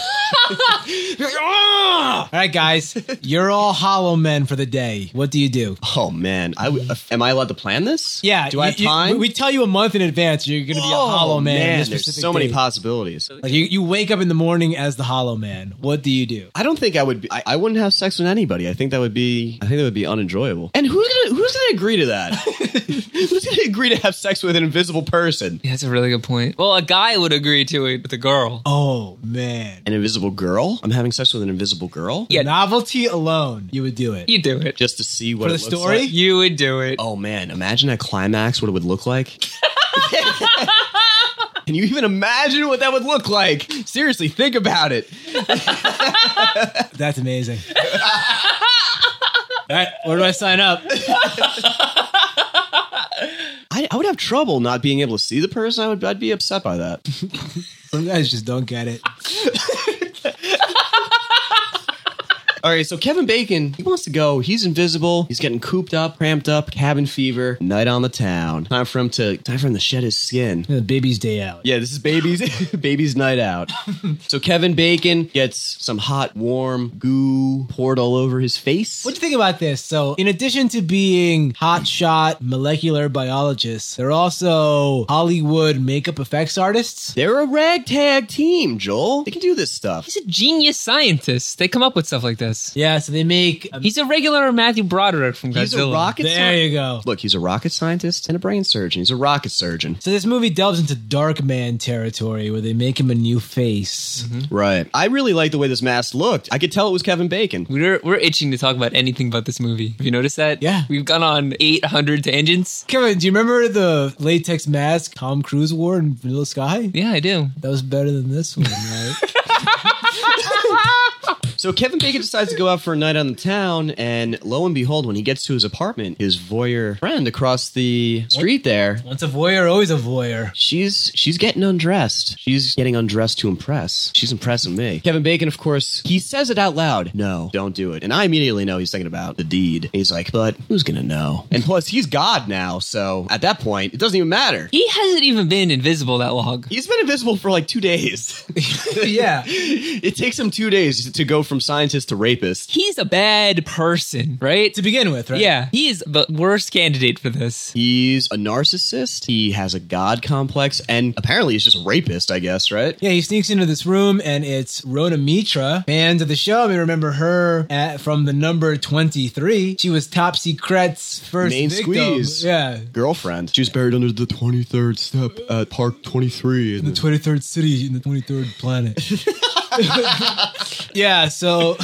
[SPEAKER 1] all right, guys, you're all hollow men for the day. What do you do?
[SPEAKER 2] Oh man, I w- am I allowed to plan this?
[SPEAKER 1] Yeah,
[SPEAKER 2] Do I
[SPEAKER 1] you-
[SPEAKER 2] have
[SPEAKER 1] you-
[SPEAKER 2] time? Oh,
[SPEAKER 1] we tell you a month in advance you're going to be a hollow man. on this
[SPEAKER 2] there's
[SPEAKER 1] specific
[SPEAKER 2] so many
[SPEAKER 1] day.
[SPEAKER 2] possibilities.
[SPEAKER 1] Like you, you wake up in the morning as the hollow man. What do you do?
[SPEAKER 2] I don't think I would. Be, I, I wouldn't have sex with anybody. I think that would be. I think that would be unenjoyable. And who's gonna who's gonna agree to that? who's gonna agree to have sex with an invisible person?
[SPEAKER 3] Yeah, that's a really good point. Well, a guy would agree to it with a girl.
[SPEAKER 1] Oh man.
[SPEAKER 2] An invisible girl? I'm having sex with an invisible girl.
[SPEAKER 3] Yeah.
[SPEAKER 1] Novelty alone, you would do it.
[SPEAKER 3] You do it.
[SPEAKER 2] Just to see what
[SPEAKER 1] For
[SPEAKER 2] it
[SPEAKER 1] the
[SPEAKER 2] looks
[SPEAKER 1] story?
[SPEAKER 2] like.
[SPEAKER 3] You would do it.
[SPEAKER 2] Oh man, imagine a climax, what it would look like. Can you even imagine what that would look like? Seriously, think about it.
[SPEAKER 1] That's amazing. All right, where do I sign up?
[SPEAKER 2] I, I would have trouble not being able to see the person. I would I'd be upset by that.
[SPEAKER 1] Some guys just don't get it.
[SPEAKER 2] All right, so Kevin Bacon, he wants to go. He's invisible. He's getting cooped up, cramped up, cabin fever, night on the town. Time for him to time for him to shed his skin.
[SPEAKER 1] The baby's day out.
[SPEAKER 2] Yeah, this is baby's baby's night out. So Kevin Bacon gets some hot, warm goo poured all over his face.
[SPEAKER 1] What do you think about this? So, in addition to being hotshot molecular biologists, they're also Hollywood makeup effects artists.
[SPEAKER 2] They're a ragtag team, Joel. They can do this stuff.
[SPEAKER 3] He's a genius scientist. They come up with stuff like this.
[SPEAKER 1] Yeah, so they make.
[SPEAKER 3] He's a regular Matthew Broderick from Godzilla.
[SPEAKER 2] He's a rocket
[SPEAKER 1] there
[SPEAKER 2] scientist.
[SPEAKER 1] you go.
[SPEAKER 2] Look, he's a rocket scientist and a brain surgeon. He's a rocket surgeon.
[SPEAKER 1] So this movie delves into Dark Man territory where they make him a new face.
[SPEAKER 2] Mm-hmm. Right. I really like the way this mask looked. I could tell it was Kevin Bacon.
[SPEAKER 3] We're we're itching to talk about anything but this movie. Have you noticed that?
[SPEAKER 1] Yeah.
[SPEAKER 3] We've gone on 800 tangents.
[SPEAKER 1] Kevin, do you remember the latex mask Tom Cruise wore in Vanilla Sky?
[SPEAKER 3] Yeah, I do.
[SPEAKER 1] That was better than this one, right?
[SPEAKER 2] So Kevin Bacon decides to go out for a night on the town, and lo and behold, when he gets to his apartment, his voyeur friend across the street there.
[SPEAKER 1] Once a voyeur, always a voyeur.
[SPEAKER 2] She's she's getting undressed. She's getting undressed to impress. She's impressing me. Kevin Bacon, of course, he says it out loud. No, don't do it. And I immediately know he's thinking about the deed. He's like, but who's gonna know? And plus, he's God now, so at that point, it doesn't even matter.
[SPEAKER 3] He hasn't even been invisible that long.
[SPEAKER 2] He's been invisible for like two days.
[SPEAKER 1] Yeah.
[SPEAKER 2] it takes him two days to go from scientist to rapist.
[SPEAKER 3] He's a bad person, right?
[SPEAKER 1] To begin with, right?
[SPEAKER 3] Yeah, he is the worst candidate for this.
[SPEAKER 2] He's a narcissist. He has a god complex, and apparently he's just a rapist. I guess, right?
[SPEAKER 1] Yeah, he sneaks into this room and it's Rhoda Mitra. Fans of the show may remember her at, from the number 23. She was Top Secret's first
[SPEAKER 2] Main
[SPEAKER 1] victim.
[SPEAKER 2] squeeze.
[SPEAKER 1] Yeah.
[SPEAKER 2] Girlfriend. She was buried under the twenty third step at Park Twenty Three.
[SPEAKER 1] The 23rd city in the 23rd planet. yeah, so.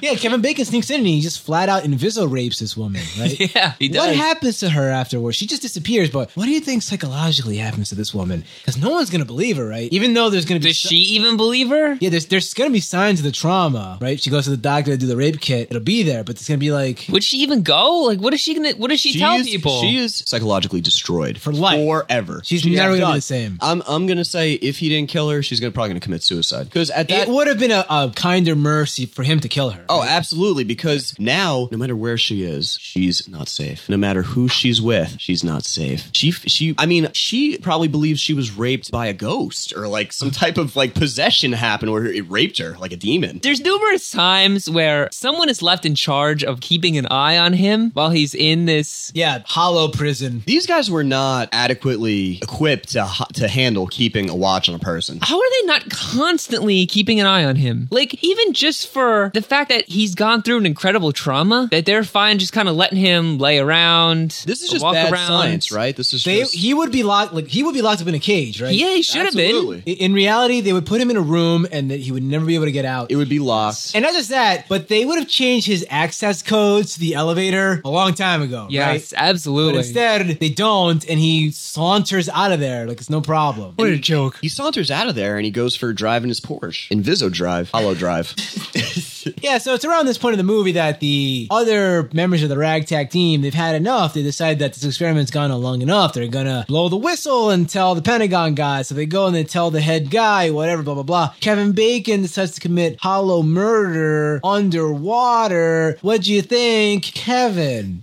[SPEAKER 1] yeah, Kevin Bacon sneaks in and he just flat out inviso rapes this woman, right?
[SPEAKER 3] Yeah, he does.
[SPEAKER 1] What happens to her afterwards? She just disappears, but what do you think psychologically happens to this woman? Because no one's going to believe her, right? Even though there's going to be.
[SPEAKER 3] Does she even believe her?
[SPEAKER 1] Yeah, there's, there's going to be signs of the trauma, right? She goes to the doctor to do the rape kit. It'll be there, but it's going to be like.
[SPEAKER 3] Would she even go? Like, what is she gonna? What does she, tell
[SPEAKER 2] is,
[SPEAKER 3] people?
[SPEAKER 2] She is psychologically destroyed
[SPEAKER 1] For life.
[SPEAKER 2] forever.
[SPEAKER 1] She's
[SPEAKER 2] She
[SPEAKER 1] never gonna be
[SPEAKER 2] is done.
[SPEAKER 1] the same.
[SPEAKER 2] I'm I'm gonna say if he didn't kill her, she's gonna probably gonna commit suicide because at that.
[SPEAKER 1] it would have been a, a kinder mercy for him to kill her.
[SPEAKER 2] Oh, absolutely. Because now, no matter where she is, she's not safe. No matter who she's with, she's not safe. She, she, I mean, she probably believes she was raped by a ghost or like some type of like possession happened where it raped her, like a demon.
[SPEAKER 3] There's numerous times where someone is left in charge of keeping an eye on him while he's in this.
[SPEAKER 1] Yeah, hollow prison.
[SPEAKER 2] These guys were not adequately equipped to, ho- to handle keeping a watch on a person.
[SPEAKER 3] How are they not constantly keeping an eye on him? Like, even just for the fact that he's gone through an incredible trauma, that they're fine just kind of letting him lay around.
[SPEAKER 2] This is
[SPEAKER 3] or
[SPEAKER 2] just
[SPEAKER 3] walk
[SPEAKER 2] bad
[SPEAKER 3] around.
[SPEAKER 2] science, right? This is
[SPEAKER 1] They,
[SPEAKER 2] just,
[SPEAKER 1] he would be locked. Like he would be locked up in a cage, right?
[SPEAKER 3] Yeah, he should have been.
[SPEAKER 2] Absolutely.
[SPEAKER 1] I- In reality, they would put him in a room, and that he would never be able to get out.
[SPEAKER 2] it would be locked.
[SPEAKER 1] and not just that, but they would have changed his access codes to the elevator a long time ago.
[SPEAKER 3] Yes,
[SPEAKER 1] right? But
[SPEAKER 3] absolutely.
[SPEAKER 1] instead, they don't, and he saunters out of there like it's no problem.
[SPEAKER 3] what a joke.
[SPEAKER 2] He saunters out of there and he goes for a drive in his Porsche. Inviso drive, hollow drive.
[SPEAKER 1] Yeah, so it's around this point in the movie that the other members of the ragtag team, they've had enough. They decide that this experiment's gone on long enough. They're going to blow the whistle and tell the Pentagon guy. So they go and they tell the head guy, whatever, blah, blah, blah. Kevin Bacon decides to commit hollow murder underwater. What do you think, Kevin?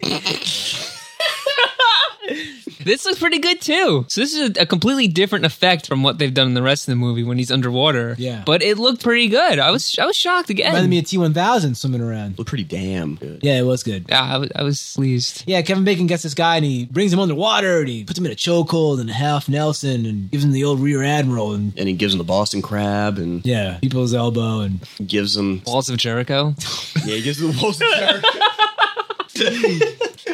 [SPEAKER 3] This looks pretty good too. So this is a, a completely different effect from what they've done in the rest of the movie when he's underwater.
[SPEAKER 1] Yeah.
[SPEAKER 3] but it looked pretty good. I was I was shocked again.
[SPEAKER 1] Reminded me of T1000 swimming around.
[SPEAKER 2] Look pretty damn good.
[SPEAKER 1] Yeah, it was good.
[SPEAKER 3] yeah, I was, I was pleased.
[SPEAKER 1] Yeah, Kevin Bacon gets this guy and he brings him underwater and he puts him in a chokehold and a half Nelson and gives him the old rear admiral and
[SPEAKER 2] And he gives him the Boston crab and
[SPEAKER 1] yeah, people's elbow and
[SPEAKER 2] gives him
[SPEAKER 3] Walls of Jericho.
[SPEAKER 2] yeah, he gives him the Boston crab.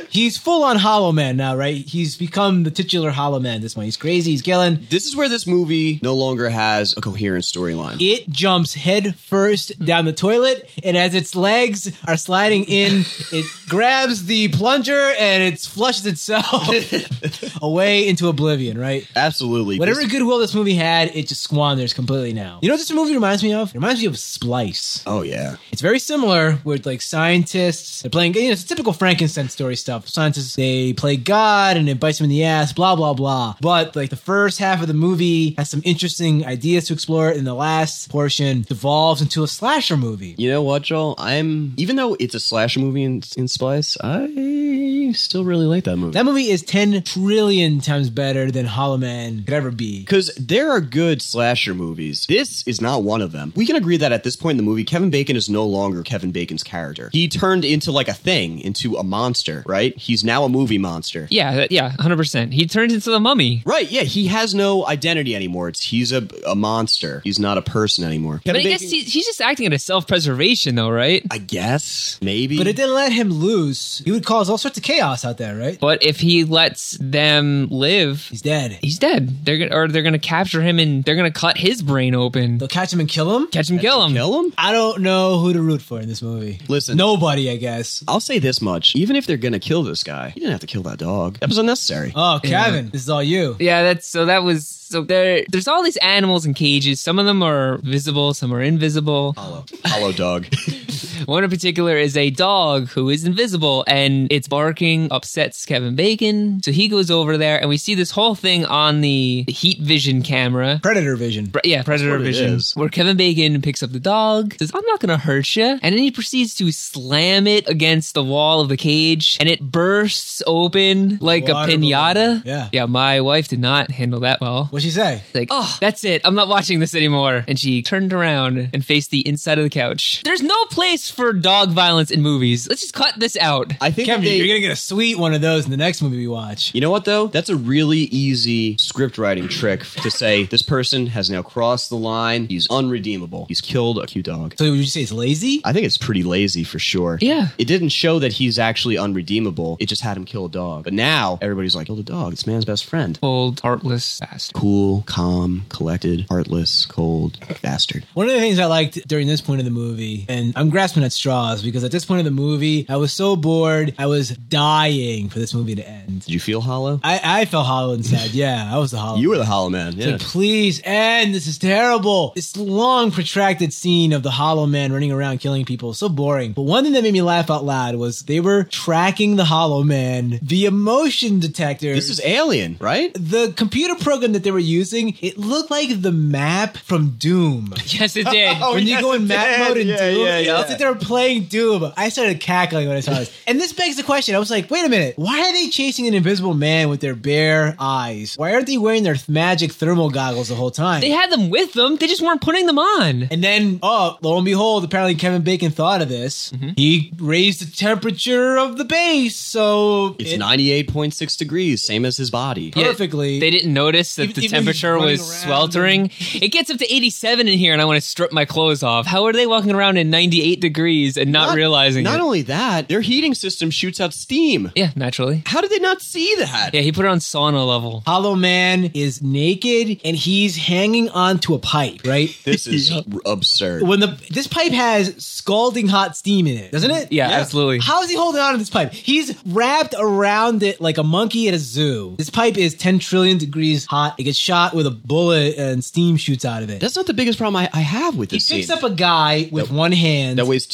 [SPEAKER 1] He's full on Hollow Man now, right? He's become the titular Hollow Man at this point. He's crazy, he's killing.
[SPEAKER 2] This is where this movie no longer has a coherent storyline.
[SPEAKER 1] It jumps head first down the toilet, and as its legs are sliding in, it grabs the plunger and it flushes itself away into oblivion, right?
[SPEAKER 2] Absolutely.
[SPEAKER 1] Whatever
[SPEAKER 2] This-
[SPEAKER 1] goodwill this movie had, it just squanders completely now. You know what this movie reminds me of? It reminds me of Splice.
[SPEAKER 2] oh yeah.
[SPEAKER 1] It's very similar with like scientists. They're playing, you know, it's typical Frankenstein story stuff. Scientists, they play God and it bites them in the ass, blah, blah, blah. But like the first half of the movie has some interesting ideas to explore, and the last portion devolves into a slasher movie.
[SPEAKER 2] You know what, Joel? I'm even though it's a slasher movie in, in Splice, I still really like that movie.
[SPEAKER 1] That movie is 10 trillion times better than Hollow Man could ever be.
[SPEAKER 2] Because there are good slasher movies. This is not one of them. We can agree that at this point in the movie, Kevin Bacon is no longer Kevin Bacon's character. He turned into like a thing, into a monster, right? He's now a movie monster.
[SPEAKER 3] Yeah, that- yeah, hundred percent. He turns into the mummy.
[SPEAKER 2] Right, yeah, he has no identity anymore. It's he's a, a monster. He's not a person anymore.
[SPEAKER 3] But
[SPEAKER 2] Kevin
[SPEAKER 3] I guess
[SPEAKER 2] Bacon-
[SPEAKER 3] he, he's just acting out of self-preservation, though, right?
[SPEAKER 2] I guess maybe.
[SPEAKER 1] But it didn't let him loose. He would cause all sorts of chaos out there, right?
[SPEAKER 3] But if he lets them live,
[SPEAKER 1] He's dead.
[SPEAKER 3] he's dead. They're gonna or they're gonna capture him and they're gonna cut his brain open,
[SPEAKER 1] They'll catch him and kill him.
[SPEAKER 3] catch him, kill him.
[SPEAKER 2] kill him.
[SPEAKER 1] I don't know who to root for in this movie.
[SPEAKER 2] Listen.
[SPEAKER 1] nobody, I guess.
[SPEAKER 2] I'll say this much: even if they're gonna kill this guy, he didn't have to kill that dog. That was unnecessary.
[SPEAKER 1] Oh, Kevin, this is all you.
[SPEAKER 3] Yeah, that's so that was so there there's all these animals in cages. Some of them are visible, some are invisible.
[SPEAKER 2] Hollow, hollow dog.
[SPEAKER 3] One in particular is a dog who is invisible and its barking upsets Kevin Bacon. So he goes over there and we see this whole thing on the heat vision camera.
[SPEAKER 1] Predator Vision.
[SPEAKER 3] Pre- Yeah, Predator
[SPEAKER 2] what it
[SPEAKER 3] Vision,
[SPEAKER 2] is.
[SPEAKER 3] where Kevin Bacon picks up the dog, says, I'm not gonna hurt you. And then he proceeds to slam it against the wall of the cage, and it bursts open like
[SPEAKER 1] Water
[SPEAKER 3] a pinata.
[SPEAKER 1] balloon. Yeah.
[SPEAKER 3] Yeah, my wife did not handle that well.
[SPEAKER 1] What'd she say?
[SPEAKER 3] Like, oh, that's it. I'm not watching this anymore. And she turned around and faced the inside of the couch. There's no place for dog violence in movies. Let's just cut this out.
[SPEAKER 2] I think
[SPEAKER 1] Kevin,
[SPEAKER 2] they-
[SPEAKER 1] you're gonna get a sweet one of those in the next movie we watch.
[SPEAKER 2] You know what though? That's a really easy script writing trick to say this person has now crossed the line. He's unredeemable. He's killed a cute dog.
[SPEAKER 1] So would you say it's lazy?
[SPEAKER 2] I think it's pretty lazy for sure.
[SPEAKER 3] Yeah.
[SPEAKER 2] It didn't show that he's actually unredeemable. It just had him kill a dog. But now everybody's like, kill a dog. It's man's best friend.
[SPEAKER 3] Old, heartless bastard.
[SPEAKER 2] Cool, calm, collected, heartless, cold bastard.
[SPEAKER 1] One of the things I liked during this point of the movie, and I'm grasping at straws because at this point of the movie, I was so bored, I was dying for this movie to end.
[SPEAKER 2] Did you feel hollow?
[SPEAKER 1] I, I felt hollow and sad. Yeah, I was the hollow.
[SPEAKER 2] You were the hollow man.
[SPEAKER 1] It's
[SPEAKER 2] Yeah.
[SPEAKER 1] Like, please end. This is terrible. This long, protracted scene of the Hollow Man running around killing people. So boring. But one thing that made me laugh out loud was they were tracking the Hollow Man, the emotion detector.
[SPEAKER 2] This is Alien, right?
[SPEAKER 1] the computer program that they were were using, it looked like the map from Doom.
[SPEAKER 3] Yes, it did.
[SPEAKER 2] Oh,
[SPEAKER 1] when you
[SPEAKER 2] yes,
[SPEAKER 1] go in
[SPEAKER 2] it
[SPEAKER 1] map
[SPEAKER 2] did.
[SPEAKER 1] mode in
[SPEAKER 2] Yeah,
[SPEAKER 1] Doom,
[SPEAKER 2] yeah,
[SPEAKER 1] it's
[SPEAKER 2] yeah.
[SPEAKER 1] like they're playing Doom. I started cackling when I saw this. and this begs the question. I was like, wait a minute. Why are they chasing an invisible man with their bare eyes? Why aren't they wearing their th- magic thermal goggles the whole time?
[SPEAKER 3] They had them with them. They just weren't putting them on.
[SPEAKER 1] and then, oh, lo and behold, apparently Kevin Bacon thought of this.
[SPEAKER 2] Mm-hmm.
[SPEAKER 1] He raised the temperature of the base, so
[SPEAKER 2] It's
[SPEAKER 1] it-
[SPEAKER 2] 98.6 degrees, same as his body.
[SPEAKER 3] Yeah,
[SPEAKER 1] perfectly.
[SPEAKER 3] They didn't notice that
[SPEAKER 1] Even-
[SPEAKER 3] the
[SPEAKER 1] even when he's
[SPEAKER 3] temperature
[SPEAKER 1] running
[SPEAKER 3] was
[SPEAKER 1] around
[SPEAKER 3] sweltering. It gets up to 87 in here, and I want to strip my clothes off. How are they walking around in 98 degrees and not, realizing
[SPEAKER 2] Not
[SPEAKER 3] it?
[SPEAKER 2] only that, their heating system shoots out steam.
[SPEAKER 3] yeah, naturally.
[SPEAKER 2] How did they not see that?
[SPEAKER 3] Yeah, he put it on sauna level.
[SPEAKER 1] Hollow Man is naked and he's hanging onto a pipe, right?
[SPEAKER 2] This is r- absurd.
[SPEAKER 1] when the this pipe has scalding hot steam in it, doesn't it?
[SPEAKER 3] Yeah,
[SPEAKER 2] Yeah.
[SPEAKER 3] absolutely.
[SPEAKER 1] How is he holding on to this pipe? He's wrapped around it like a monkey at a zoo. This pipe is 10 trillion degrees hot. It gets shot with a bullet and steam shoots out of it.
[SPEAKER 2] That's not the biggest problem I, I have with
[SPEAKER 1] he
[SPEAKER 2] this
[SPEAKER 1] picks
[SPEAKER 2] scene.
[SPEAKER 1] up a guy with one hand.
[SPEAKER 2] that weighs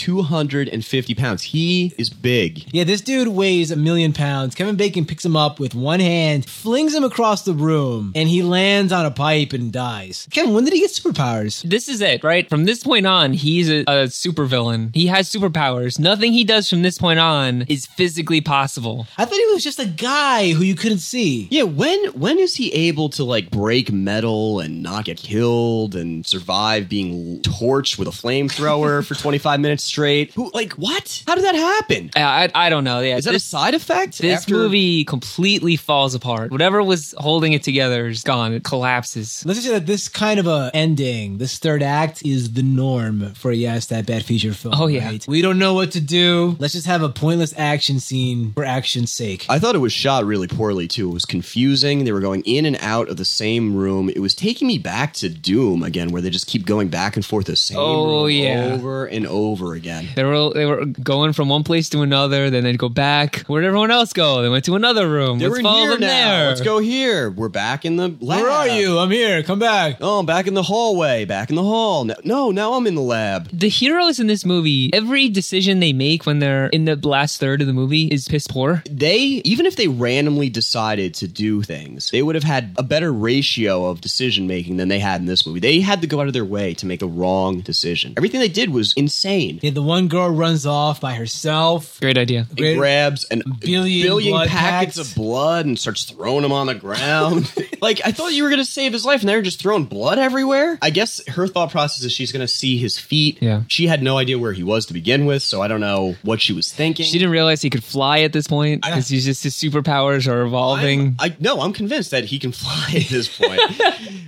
[SPEAKER 2] 250 pounds. He is big.
[SPEAKER 1] yeah, this dude weighs a million pounds. Kevin Bacon picks him up with one hand, flings him across the room, and he lands on a pipe and dies. Kevin, when did he get superpowers?
[SPEAKER 3] This is it, right? From this point on, he's a, a supervillain. He has superpowers. Nothing he does from this point on is physically possible.
[SPEAKER 1] I thought he was just a guy who you couldn't see.
[SPEAKER 2] Yeah, when when is he able to like break metal and not get killed and survive being torched with a flamethrower for 25 minutes straight? Who like what? How did that happen?
[SPEAKER 3] I, I, I don't know. Yeah,
[SPEAKER 2] Is that
[SPEAKER 3] this,
[SPEAKER 2] a side effect?
[SPEAKER 3] this
[SPEAKER 2] after-
[SPEAKER 3] movie completely falls apart. Whatever was holding it together is gone. It collapses.
[SPEAKER 1] Let's just say that this kind of a ending, this third act, is the norm for a yes that bad feature film.
[SPEAKER 3] Oh, yeah.
[SPEAKER 1] right? we don't know what to do. Let's just have a pointless action scene for action's sake.
[SPEAKER 2] I thought it was shot really poorly too. It was confusing. They were going in and out of the same room. It was taking me back to Doom again, where they just keep going back and forth the same
[SPEAKER 3] Oh,
[SPEAKER 2] room
[SPEAKER 3] yeah.
[SPEAKER 2] over and over again.
[SPEAKER 3] They were they were going from one place to another. Then they'd go back. Where'd everyone else go? They went to another room.
[SPEAKER 2] They
[SPEAKER 3] Let's
[SPEAKER 2] were
[SPEAKER 3] follow
[SPEAKER 2] here
[SPEAKER 3] them
[SPEAKER 2] now.
[SPEAKER 3] there.
[SPEAKER 2] Let's go here. We're back in the lab.
[SPEAKER 1] Where are you? I'm here. Come back.
[SPEAKER 2] Oh, I'm back in the hallway. Back in the hall. No, no now I'm in the lab.
[SPEAKER 3] The heroes in this movie, every decision they make when they're in the last third of the movie is piss poor.
[SPEAKER 2] They even if they randomly decided to do things, they would have had a better ratio of decision making than they had in this movie. They had to go out of their way to make a wrong decision. Everything they did was insane.
[SPEAKER 1] Yeah, the one girl runs off by herself.
[SPEAKER 3] Great idea.
[SPEAKER 2] It
[SPEAKER 1] Great-
[SPEAKER 2] grabs an
[SPEAKER 1] Billion
[SPEAKER 2] billion,
[SPEAKER 1] blood
[SPEAKER 2] packets
[SPEAKER 1] packs.
[SPEAKER 2] of blood and starts throwing them on the ground. like I thought you were gonna save his life, and they were just throwing blood everywhere. I guess her thought process is she's gonna see his feet.
[SPEAKER 3] Yeah.
[SPEAKER 2] she had no idea where he was to begin with, so I don't know what she was thinking.
[SPEAKER 3] She didn't realize he could fly at this point because he's just his superpowers are evolving.
[SPEAKER 2] I'm- I no, I'm convinced that he can fly at this point.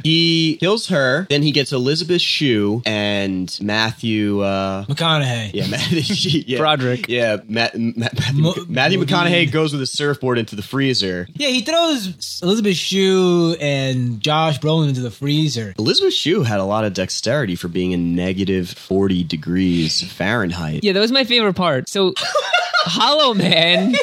[SPEAKER 2] he kills her, then he gets Elizabeth Shue and Matthew. Uh,
[SPEAKER 1] McConaughey.
[SPEAKER 2] yeah, Matthew, yeah,
[SPEAKER 3] Broderick.
[SPEAKER 2] Yeah, Matt, Matt, Matthew,
[SPEAKER 1] Mo-
[SPEAKER 2] Matthew
[SPEAKER 1] Modine.
[SPEAKER 2] McConaughey goes with a surfboard into the freezer.
[SPEAKER 1] Yeah, he throws Elizabeth Shue and Josh Brolin into the freezer.
[SPEAKER 2] Elizabeth Shue had a lot of dexterity for being in negative 40 degrees Fahrenheit.
[SPEAKER 3] Yeah, that was my favorite part. So Hollow Man.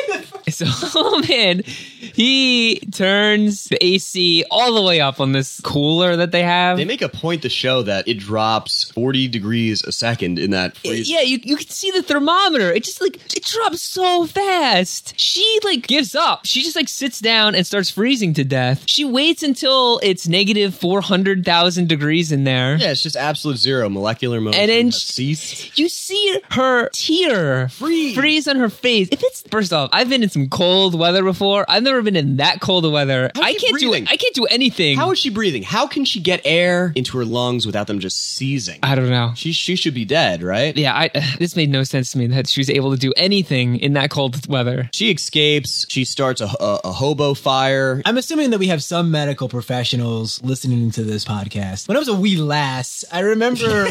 [SPEAKER 3] So Hollow Man, he turns the AC all the way up on this cooler that they have.
[SPEAKER 2] They make a point to show that it drops 40 degrees a second in that freezer.
[SPEAKER 3] yeah, you, you can see the thermometer. It just like it drops so fast. She like gives up. She just like sits down and starts freezing to death. She waits until it's negative four hundred thousand degrees in there.
[SPEAKER 2] Yeah, it's just absolute zero. Molecular motion
[SPEAKER 3] And then
[SPEAKER 2] has
[SPEAKER 3] sh-
[SPEAKER 2] ceased.
[SPEAKER 3] You see her tear
[SPEAKER 2] Freeze.
[SPEAKER 3] freeze on her face. If it's first off, I've been in some cold weather before. I've never been in that cold of weather.
[SPEAKER 2] How's
[SPEAKER 3] I
[SPEAKER 2] she
[SPEAKER 3] can't do it.
[SPEAKER 2] breathing?
[SPEAKER 3] I can't do anything.
[SPEAKER 2] How is she breathing? How can she get air into her lungs without them just seizing?
[SPEAKER 3] I don't know.
[SPEAKER 2] She, she should be dead, right?
[SPEAKER 3] Yeah, I, uh, this made no sense to me that she was able to do anything in that cold weather.
[SPEAKER 2] She escapes. She starts a, a, a hobo fire.
[SPEAKER 1] I'm assuming that we have some medical professionals listening to this podcast. When I was a wee lass, I remember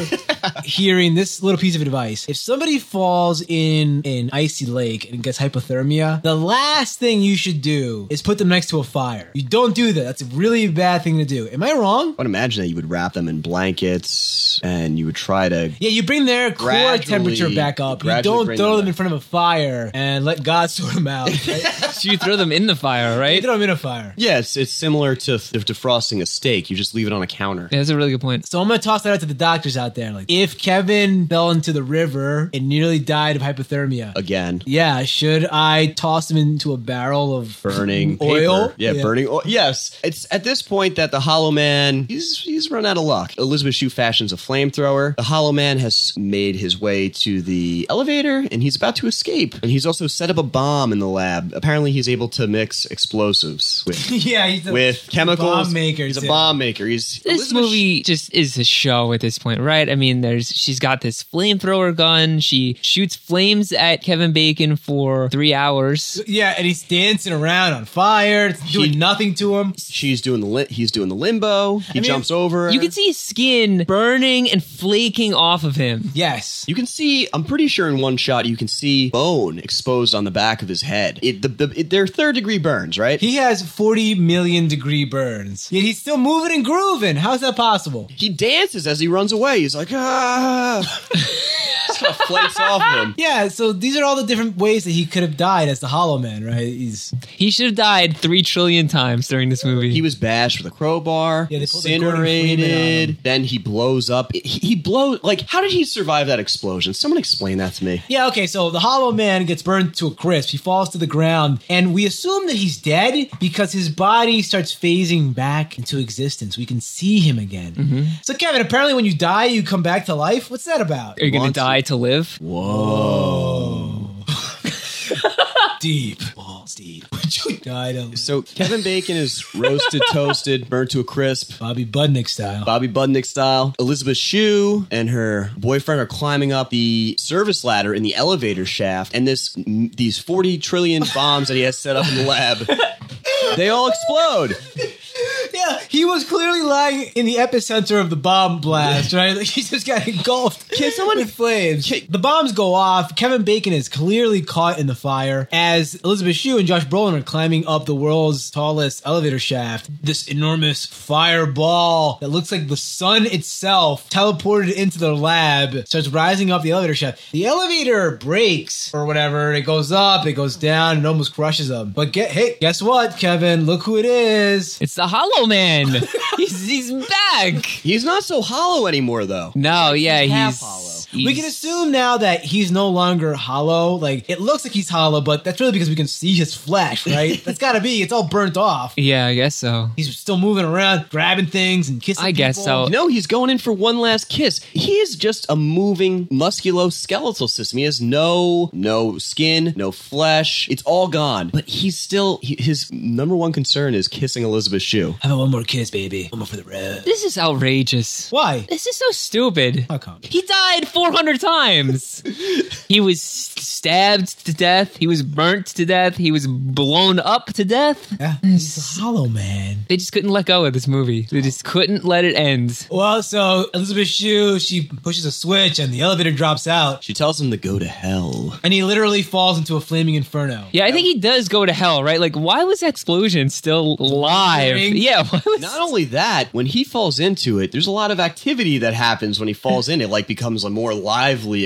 [SPEAKER 1] hearing this little piece of advice. If somebody falls in an icy lake and gets hypothermia, the last thing you should do is put them next to a fire. You don't do that. That's a really bad thing to do. Am I wrong?
[SPEAKER 2] I would imagine that you would wrap them in blankets and you would try to
[SPEAKER 1] Yeah, you bring their core
[SPEAKER 2] Gradually-
[SPEAKER 1] temperature back up. You
[SPEAKER 2] gradually
[SPEAKER 1] don't
[SPEAKER 2] bring
[SPEAKER 1] throw
[SPEAKER 2] them
[SPEAKER 1] them in
[SPEAKER 2] back.
[SPEAKER 1] front of a fire and let God sort them out.
[SPEAKER 3] So you throw them in the fire,
[SPEAKER 1] You
[SPEAKER 3] right?
[SPEAKER 1] throw them in a fire.
[SPEAKER 2] Yes, it's similar to f- defrosting a steak. You just leave it on a counter.
[SPEAKER 3] Yeah, that's a really good point.
[SPEAKER 1] So I'm gonna toss that out to the doctors out there. Like, if Kevin fell into the river and nearly died of hypothermia,
[SPEAKER 2] Again,
[SPEAKER 1] yeah, should I toss him into a barrel of
[SPEAKER 2] burn burning
[SPEAKER 1] Oil?
[SPEAKER 2] paper. Yeah,
[SPEAKER 1] Yeah.
[SPEAKER 2] burning oil. Yes, it's at this point that the Hollow Man he's he's run out of luck. Elizabeth Shue fashions a flamethrower. The Hollow Man has made his way to the elevator, and he's about to escape. And he's also set up a bomb in the lab. Apparently, he's able to mix explosives with.
[SPEAKER 1] yeah, he's a
[SPEAKER 2] With chemicals,
[SPEAKER 1] bomb maker.
[SPEAKER 2] He's a
[SPEAKER 1] too.
[SPEAKER 2] bomb maker. He's
[SPEAKER 3] This
[SPEAKER 2] Elizabeth
[SPEAKER 3] movie just is a show at this point, right? I mean, there's she's got this flamethrower gun. She shoots flames at Kevin Bacon for three hours.
[SPEAKER 1] Yeah, and he's dancing around on fire, it's doing
[SPEAKER 2] He-
[SPEAKER 1] nothing to him.
[SPEAKER 2] She's doing the li- he's doing the limbo. He
[SPEAKER 1] mean,
[SPEAKER 2] jumps over.
[SPEAKER 3] You can see his skin burning and flaking off of him.
[SPEAKER 1] Yes.
[SPEAKER 2] You can see. I'm pretty sure in one shot you can see bone exposed on the back of his head. It, the, the, it, they're third degree burns, right? He,
[SPEAKER 1] He has 40 million degree burns, yet he's still moving and grooving. How's that possible?
[SPEAKER 2] he dances as he runs away. He's like ah, sort of flakes off him.
[SPEAKER 1] Yeah, so these are all the different ways that he could have died as the Hollow Man, right? He's
[SPEAKER 3] He should have died three trillion times during this movie.
[SPEAKER 2] He was bashed with a crowbar,
[SPEAKER 1] Yeah, they pulled the Gordon Freeman um, on him.
[SPEAKER 2] incinerated. Then he blows up. He, he blows. Like, how did he survive that explosion? Someone explain that to me.
[SPEAKER 1] yeah, okay. So the Hollow Man gets burned to a crisp. He falls to the ground, and we assume that he's dead because his body starts phasing back into existence. We can see him again.
[SPEAKER 3] Mm-hmm.
[SPEAKER 1] So Kevin, apparently, when you die, you come back to life. What's that about?
[SPEAKER 3] Are you going
[SPEAKER 2] wants
[SPEAKER 3] to die to live?
[SPEAKER 1] Deep, balls deep. Would you die to
[SPEAKER 2] So Kevin Bacon is roasted, toasted, burned to a crisp.
[SPEAKER 1] Bobby Budnick style?
[SPEAKER 2] Bobby Budnick style. Elizabeth Shue and her boyfriend are climbing up the service ladder in the elevator shaft, and this these forty trillion bombs that he has set up in the lab. They all explode.
[SPEAKER 1] Yeah, he was clearly lying in the epicenter of the bomb blast, right? Like, he just got engulfed. Can someone in flames? the bombs go off. Kevin Bacon is clearly caught in the fire as Elizabeth Shue and Josh Brolin are climbing up the world's tallest elevator shaft. This enormous fireball that looks like the sun itself teleported into their lab starts rising up the elevator shaft. The elevator breaks or whatever. It goes up, it goes down, and almost crushes them. But get hey, guess what, Kevin? Look who it is.
[SPEAKER 3] It's the Hollow Man. he's, he's back.
[SPEAKER 2] He's not so hollow anymore, though.
[SPEAKER 3] No, yeah, he's,
[SPEAKER 2] half hollow.
[SPEAKER 3] he's-
[SPEAKER 1] We can assume now that he's no longer hollow. Like it looks like he's hollow, but that's really because we can see his flesh, right? that's got to be. It's all burnt off.
[SPEAKER 3] Yeah, I guess so.
[SPEAKER 1] He's still moving around, grabbing things and kissing.
[SPEAKER 3] I guess
[SPEAKER 1] people.
[SPEAKER 3] so.
[SPEAKER 2] No, he's going in for one last kiss. He is just a moving musculoskeletal system. He has no no skin, no flesh. It's all gone. But he's still he, his number one concern is kissing Elizabeth Shue.
[SPEAKER 1] How about one more kiss, baby? One more for the road.
[SPEAKER 3] This is outrageous.
[SPEAKER 1] Why?
[SPEAKER 3] This is so stupid.
[SPEAKER 1] How come?
[SPEAKER 3] He died 400 times. he was stabbed to death. He was burnt to death. He was blown up to death.
[SPEAKER 1] Yeah, he's a hollow man.
[SPEAKER 3] They just couldn't let go of this movie. They just couldn't let it end.
[SPEAKER 1] Well, so Elizabeth Shue, she pushes a switch and the elevator drops out,
[SPEAKER 2] She tells him to go to hell.
[SPEAKER 1] and he literally falls into a flaming inferno.
[SPEAKER 3] Yeah, I think he does go to hell, right? Like, why was that explosion still live?
[SPEAKER 1] Ring.
[SPEAKER 3] Yeah, why was
[SPEAKER 2] Not only that, when he falls into it, there's a lot of activity that happens when he falls in. It like becomes a more lively,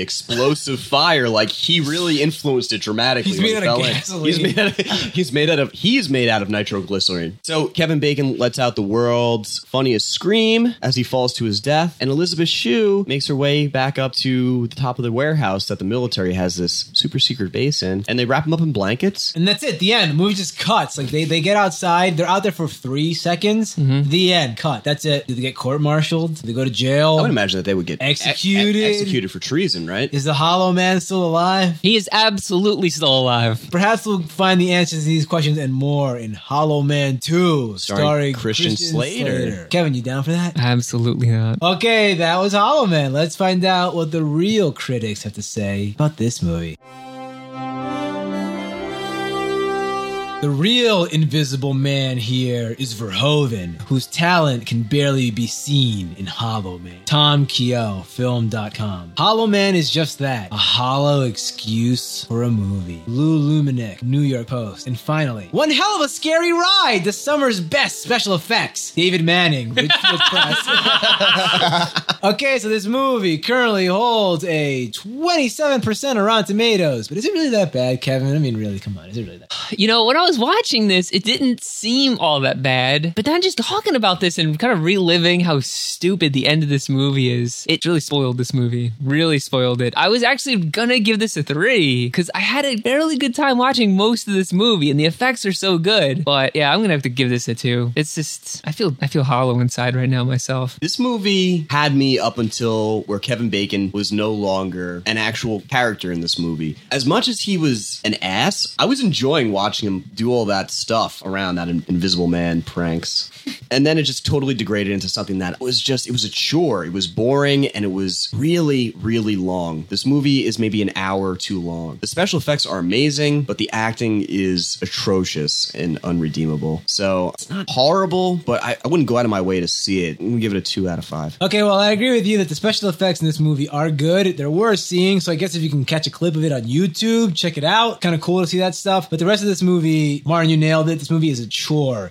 [SPEAKER 2] explosive fire. Like he really influenced it dramatically.
[SPEAKER 1] He's
[SPEAKER 2] when
[SPEAKER 1] made
[SPEAKER 2] he
[SPEAKER 1] out of
[SPEAKER 2] fell in.
[SPEAKER 1] gasoline.
[SPEAKER 2] He's made out of, he's made out of he's made out of nitroglycerin. So Kevin Bacon lets out the world's funniest scream as he falls to his death, and Elizabeth Shue makes her way back up to the top of the warehouse that the military has this super secret base in, and they wrap him up in blankets.
[SPEAKER 1] And that's it. The end. The movie just cuts. Like they, they get outside. They're out there for three seconds.
[SPEAKER 2] Mm-hmm.
[SPEAKER 1] The end. Cut. That's it. Do they get court martialed? Do they go to jail?
[SPEAKER 2] I would imagine that they would get ex- ex-
[SPEAKER 1] Executed.
[SPEAKER 2] executed for treason, right?
[SPEAKER 1] Is the Hollow Man still alive?
[SPEAKER 3] he is absolutely still alive?
[SPEAKER 1] Perhaps we'll find the answers to these questions and more in Hollow Man 2, starring,
[SPEAKER 2] Christian Slater.
[SPEAKER 1] Kevin, you down for that?
[SPEAKER 3] Absolutely not.
[SPEAKER 1] Okay, that was Hollow Man. Let's find out what the real critics have to say about this movie. The real invisible man here is Verhoeven, whose talent can barely be seen in Hollow Man. Tom Keogh, film.com. Hollow Man is just that a hollow excuse for a movie. Lou Luminick, New York Post. And finally, one hell of a scary ride, the summer's best special effects. David Manning, Ridgefield Press. Okay, so this movie currently holds a 27% on Rotten Tomatoes, but is it really that bad, Kevin? I mean, really, come on, is it really that?
[SPEAKER 3] You know, when I was watching this, it didn't seem all that bad. But then just talking about this and kind of reliving how stupid the end of this movie is, it really spoiled this movie. Really spoiled it. I was actually gonna give this a three because I had a fairly good time watching most of this movie and the effects are so good. But yeah, I'm gonna have to give this a two. It's just I feel I feel hollow inside right now myself.
[SPEAKER 2] This movie had me up until where Kevin Bacon was no longer an actual character in this movie. As much as he was an ass, I was enjoying watching him do all that stuff around that in- Invisible Man pranks. and then it just totally degraded into something that was just, it was a chore. It was boring and it was really, really long. This movie is maybe an hour too long. The special effects are amazing, but the acting is atrocious and unredeemable. So it's not horrible, but I, I wouldn't go out of my way to see it. I'm gonna give it a two out of five.
[SPEAKER 1] Okay, well, I agree with you that the special effects in this movie are good. They're worth seeing, so I guess if you can catch a clip of it on YouTube, check it out. Kind of cool to see that stuff. But the rest of this movie, Martin, you nailed it. This movie is a chore.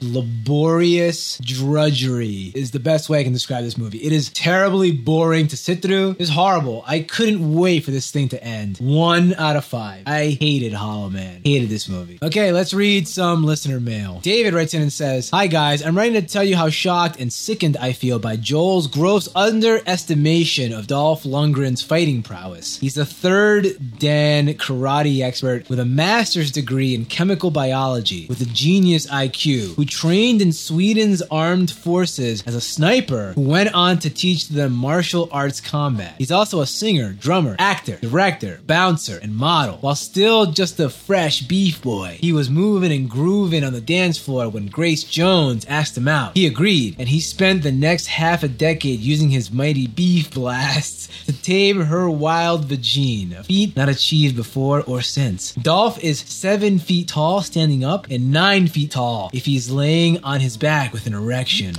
[SPEAKER 1] Laborious drudgery is the best way I can describe this movie. It is terribly boring to sit through. It's horrible. I couldn't wait for this thing to end. One out of five. I hated Hollow Man. Hated this movie. Okay, let's read some listener mail. David writes in and says, Hi guys, I'm writing to tell you how shocked and sickened I feel by Joel's gross underestimation of Dolph Lundgren's fighting prowess. He's a third Dan karate expert with a master's degree in chemical biology with a genius IQ who trained in Sweden's armed forces as a sniper who went on to teach them martial arts combat. He's also a singer, drummer, actor, director, bouncer, and model. While still just a fresh beef boy, he was moving and grooving on the dance floor when Grace Jones asked him out. He agreed, and he spent the next half a decade using his mighty beef blasts to tame her wild vagine, a feat not achieved before or since. Dolph is seven feet tall standing up and nine feet tall if he's laying on his back with an erection.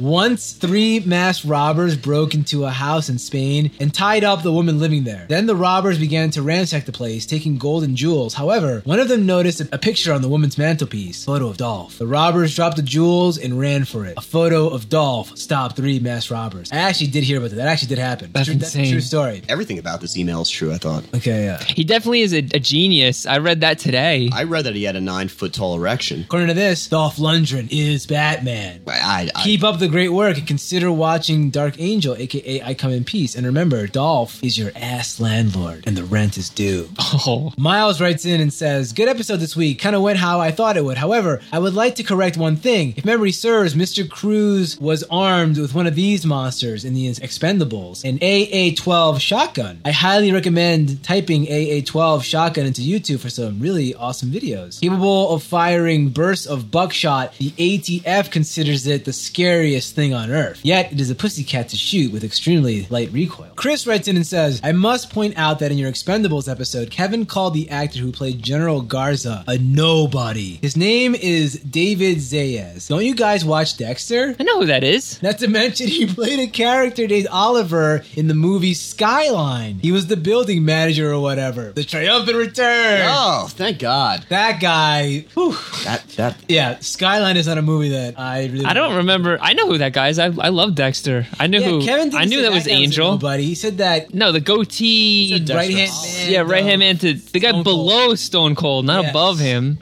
[SPEAKER 1] Once, three masked robbers broke into a house in Spain and tied up the woman living there. Then the robbers began to ransack the place, taking gold and jewels. However, one of them noticed a picture on the woman's mantelpiece, a photo of Dolph. The robbers dropped the jewels and ran for it. A photo of Dolph stopped three masked robbers. I actually did hear about that. That actually did happen.
[SPEAKER 3] That's
[SPEAKER 1] true,
[SPEAKER 3] insane.
[SPEAKER 1] true story.
[SPEAKER 2] Everything about this email is true, I thought.
[SPEAKER 1] Okay, yeah.
[SPEAKER 3] He definitely is a, a genius. I read that today.
[SPEAKER 2] I read that he had a nine foot tall erection.
[SPEAKER 1] According to this, Dolph Lundgren is Batman.
[SPEAKER 2] I, I,
[SPEAKER 1] Keep up the great work and consider watching Dark Angel, aka I Come in Peace. And remember, Dolph is your ass landlord, and the rent is due.
[SPEAKER 3] Oh,
[SPEAKER 1] Miles writes in and says, Good episode this week. Kind of went how I thought it would. However, I would like to correct one thing. If memory serves, Mr. Cruz was armed with one of these monsters in the Expendables, an AA 12 shotgun. I highly recommend typing AA 12 shotgun into YouTube for some really awesome videos. Capable of firing bursts of buckshot, the ATF considers it the scariest thing on earth. Yet, it is a pussycat to shoot with extremely light recoil. Chris writes in and says, I must point out that in your Expendables episode, Kevin called the actor who played General Garza a nobody. His name is David Zayas. Don't you guys watch Dexter?
[SPEAKER 3] I know who that is.
[SPEAKER 1] Not to mention, he played a character named Oliver in the movie Skyline. He was the building manager or whatever. The triumphant return.
[SPEAKER 2] Oh, thank God.
[SPEAKER 1] That guy. whew.
[SPEAKER 2] That, that,
[SPEAKER 1] Yeah, Skyline is not a movie that I really.
[SPEAKER 3] I don't remember. I know who that guy is. I, I love Dexter. I knew
[SPEAKER 1] Yeah,
[SPEAKER 3] who.
[SPEAKER 1] Kevin. didn't
[SPEAKER 3] I knew
[SPEAKER 1] say
[SPEAKER 3] that was
[SPEAKER 1] guy a
[SPEAKER 3] Angel.
[SPEAKER 1] nobody. He said that
[SPEAKER 3] no, the goatee.
[SPEAKER 2] Dexter.
[SPEAKER 1] right hand
[SPEAKER 2] Oh.
[SPEAKER 1] man.
[SPEAKER 3] Yeah, right hand
[SPEAKER 1] though.
[SPEAKER 3] man to the guy
[SPEAKER 1] Stone Cold.
[SPEAKER 3] below Stone Cold, not
[SPEAKER 1] Yes.
[SPEAKER 3] above him.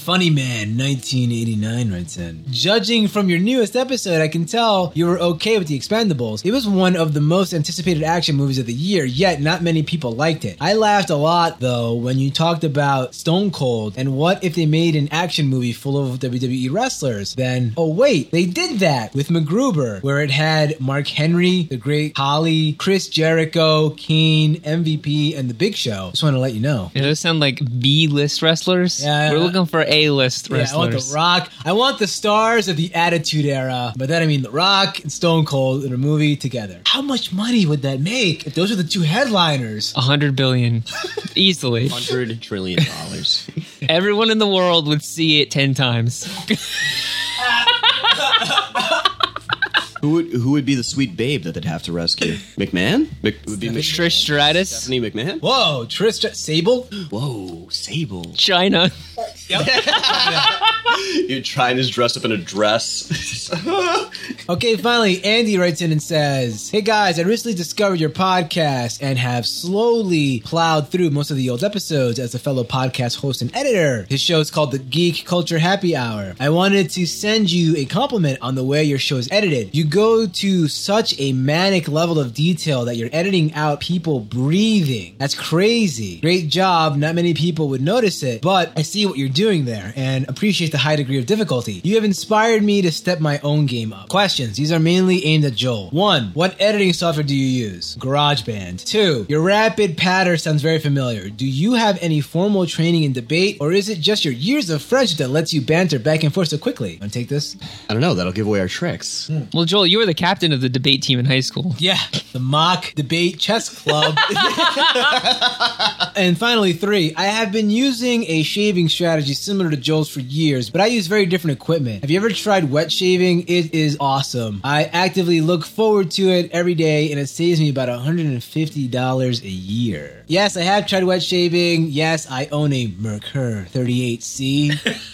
[SPEAKER 1] Funny Man 1989 writes in. Judging from your newest episode, I can tell you were okay with The Expendables. It was one of the most anticipated action movies of the year, yet not many people liked it. I laughed a lot, though, when you talked about Stone Cold and what if they made an action movie full of WWE wrestlers? Then, oh wait, they did that with MacGruber, where it had Mark Henry, The Great Holly, Chris Jericho, Kane, MVP, and The Big Show. Just want to let you know.
[SPEAKER 3] Yeah, those sound like B list wrestlers.
[SPEAKER 1] Yeah.
[SPEAKER 3] We're looking for A list
[SPEAKER 1] Yeah, I want
[SPEAKER 3] wrestlers.
[SPEAKER 1] The Rock. I want the stars of the Attitude Era. By that I mean The Rock and Stone Cold in a movie together. How much money would that make if those are the two headliners?
[SPEAKER 3] A hundred billion, easily.
[SPEAKER 2] $100 trillion. dollars.
[SPEAKER 3] Everyone in the world would see it ten times.
[SPEAKER 2] who, would, who would be the sweet babe that they'd have to rescue? McMahon? Mc, it would be Mc,
[SPEAKER 3] Trish Stratus,
[SPEAKER 2] Stephanie McMahon?
[SPEAKER 1] Whoa, Trista Sable.
[SPEAKER 2] Whoa, Sable.
[SPEAKER 3] China.
[SPEAKER 2] You're trying to dress up in a dress.
[SPEAKER 1] Okay, finally, Andy writes in and says, Hey guys, I recently discovered your podcast and have slowly plowed through most of the old episodes as a fellow podcast host and editor. His show is called The Geek Culture Happy Hour. I wanted to send you a compliment on the way your show is edited. You go to such a manic level of detail that you're editing out people breathing. That's crazy. Great job. Not many people would notice it, but I see what you're doing there and appreciate the high degree of difficulty. You have inspired me to step my own game up. Questions. These are mainly aimed at Joel. One, what editing software do you use? GarageBand. Two, your rapid patter sounds very familiar. Do you have any formal training in debate, or is it just your years of friendship that lets you banter back and forth so quickly? Want to take this?
[SPEAKER 2] I don't know. That'll give away our tricks.
[SPEAKER 3] Well, Joel, you were the captain of the debate team in high school.
[SPEAKER 1] Yeah, the mock debate chess club. and finally, three, I have been using a shaving strategy similar to Joel's for years, but I use very different equipment. Have you ever tried wet shaving? It is awesome. I actively look forward to it every day, and it saves me about $150 a year. Yes, I have tried wet shaving. Yes, I own a Mercur 38C.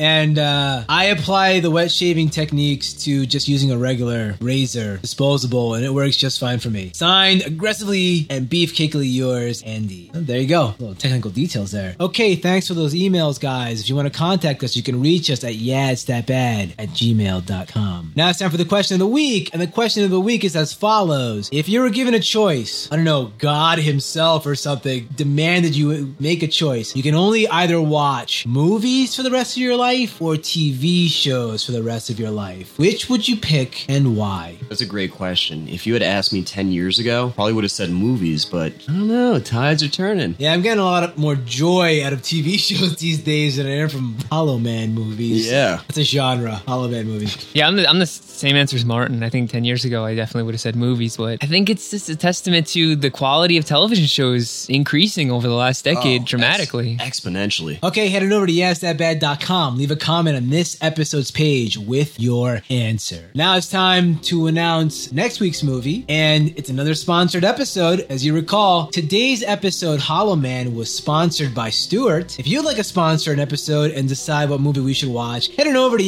[SPEAKER 1] And uh, I apply the wet shaving techniques to just using a regular razor, disposable, and it works just fine for me. Signed, aggressively and beefcakely yours, Andy. Oh, there you go. Little technical details there. Okay, thanks for those emails, guys. If you want to contact us, you can reach us at yadstatbad at gmail.com. Now it's time for the question of the week. And the question of the week is as follows If you were given a choice, I don't know, God Himself or something demanded you make a choice, you can only either watch movies for the rest of your life or TV shows for the rest of your life. Which would you pick and why?
[SPEAKER 2] That's a great question. If you had asked me 10 years ago, probably would have said movies, but I don't know. Tides are turning.
[SPEAKER 1] Yeah, I'm getting a lot of more joy out of TV shows these days than I am from Hollow Man movies.
[SPEAKER 2] Yeah.
[SPEAKER 1] That's a genre, Hollow Man movies.
[SPEAKER 3] Yeah, I'm the, I'm the same answer as Martin. I think 10 years ago, I definitely would have said movies, but I think it's just a testament to the quality of television shows increasing over the last decade
[SPEAKER 2] Oh,
[SPEAKER 3] dramatically.
[SPEAKER 2] ex- exponentially.
[SPEAKER 1] Okay, head on over to yesthatbad.com. Leave a comment on this episode's page with your answer. Now it's time to announce next week's movie, and it's another sponsored episode. As you recall, today's episode, Hollow Man, was sponsored by Stuart. If you'd like to sponsor an episode and decide what movie we should watch, head on over to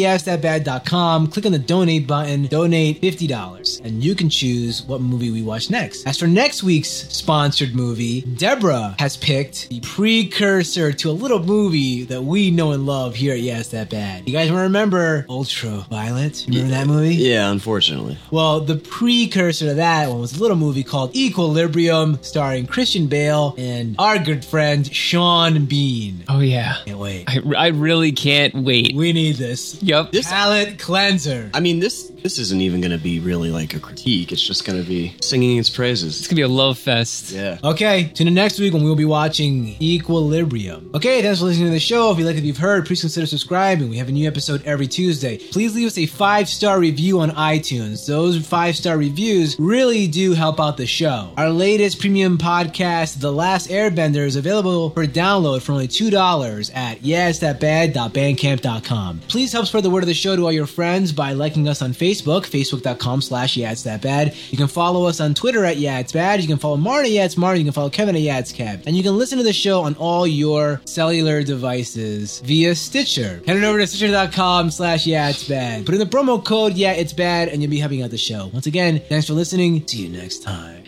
[SPEAKER 1] yesthatbad.com, click on the donate button, donate $50, and you can choose what movie we watch next. As for next week's sponsored movie, Deborah has picked the precursor to a little movie that we know and love here at Yes That Bad. You guys remember Ultra Violet? Remember that movie?
[SPEAKER 2] Yeah, unfortunately.
[SPEAKER 1] Well, the precursor to that one was a little movie called Equilibrium, starring Christian Bale and our good friend Sean Bean.
[SPEAKER 3] Oh, yeah.
[SPEAKER 1] Can't wait.
[SPEAKER 3] I, I really can't wait.
[SPEAKER 1] We need this.
[SPEAKER 3] Yep.
[SPEAKER 2] This-
[SPEAKER 1] Palette cleanser.
[SPEAKER 2] I mean, this this isn't even going to be really like a critique. It's just going to be singing its praises.
[SPEAKER 3] It's gonna be a love fest.
[SPEAKER 2] Yeah.
[SPEAKER 1] Okay, tune in next week when we'll be watching Equilibrium. Okay, thanks for listening to the show. If you like what you've heard, please consider subscribing. We have a new episode every Tuesday. Please leave us a five star review on iTunes. Those five star reviews really do help out the show. Our latest premium podcast, The Last Airbender, is available for download for only $2 at yesthatbad.bandcamp.com. Please help spread the word of the show to all your friends by liking us on Facebook, facebook.com slash yatsthatbad. You can follow us on Twitter at yatsbad. You can follow Martin at yatsmartin. You can follow Kevin at yatscab. And you can listen to the show on all your cellular devices via Stitcher. Head on over to stitcher.com slash yatsbad. Put in the promo code yeah it's bad and you'll be helping out the show. Once again, thanks for listening. See you next time.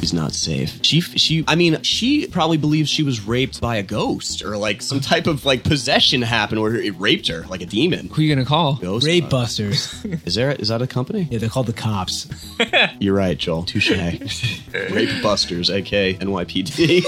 [SPEAKER 2] She's not safe. She she I mean, she probably believes she was raped by a ghost or like some type of like possession happened where it raped her like a demon.
[SPEAKER 3] Who you gonna call?
[SPEAKER 2] Ghost Uh,
[SPEAKER 1] Rape busters.
[SPEAKER 2] Is there is that a company?
[SPEAKER 1] yeah, they're called the cops.
[SPEAKER 2] You're right, Joel. Touche. Rape Busters, aka NYPD.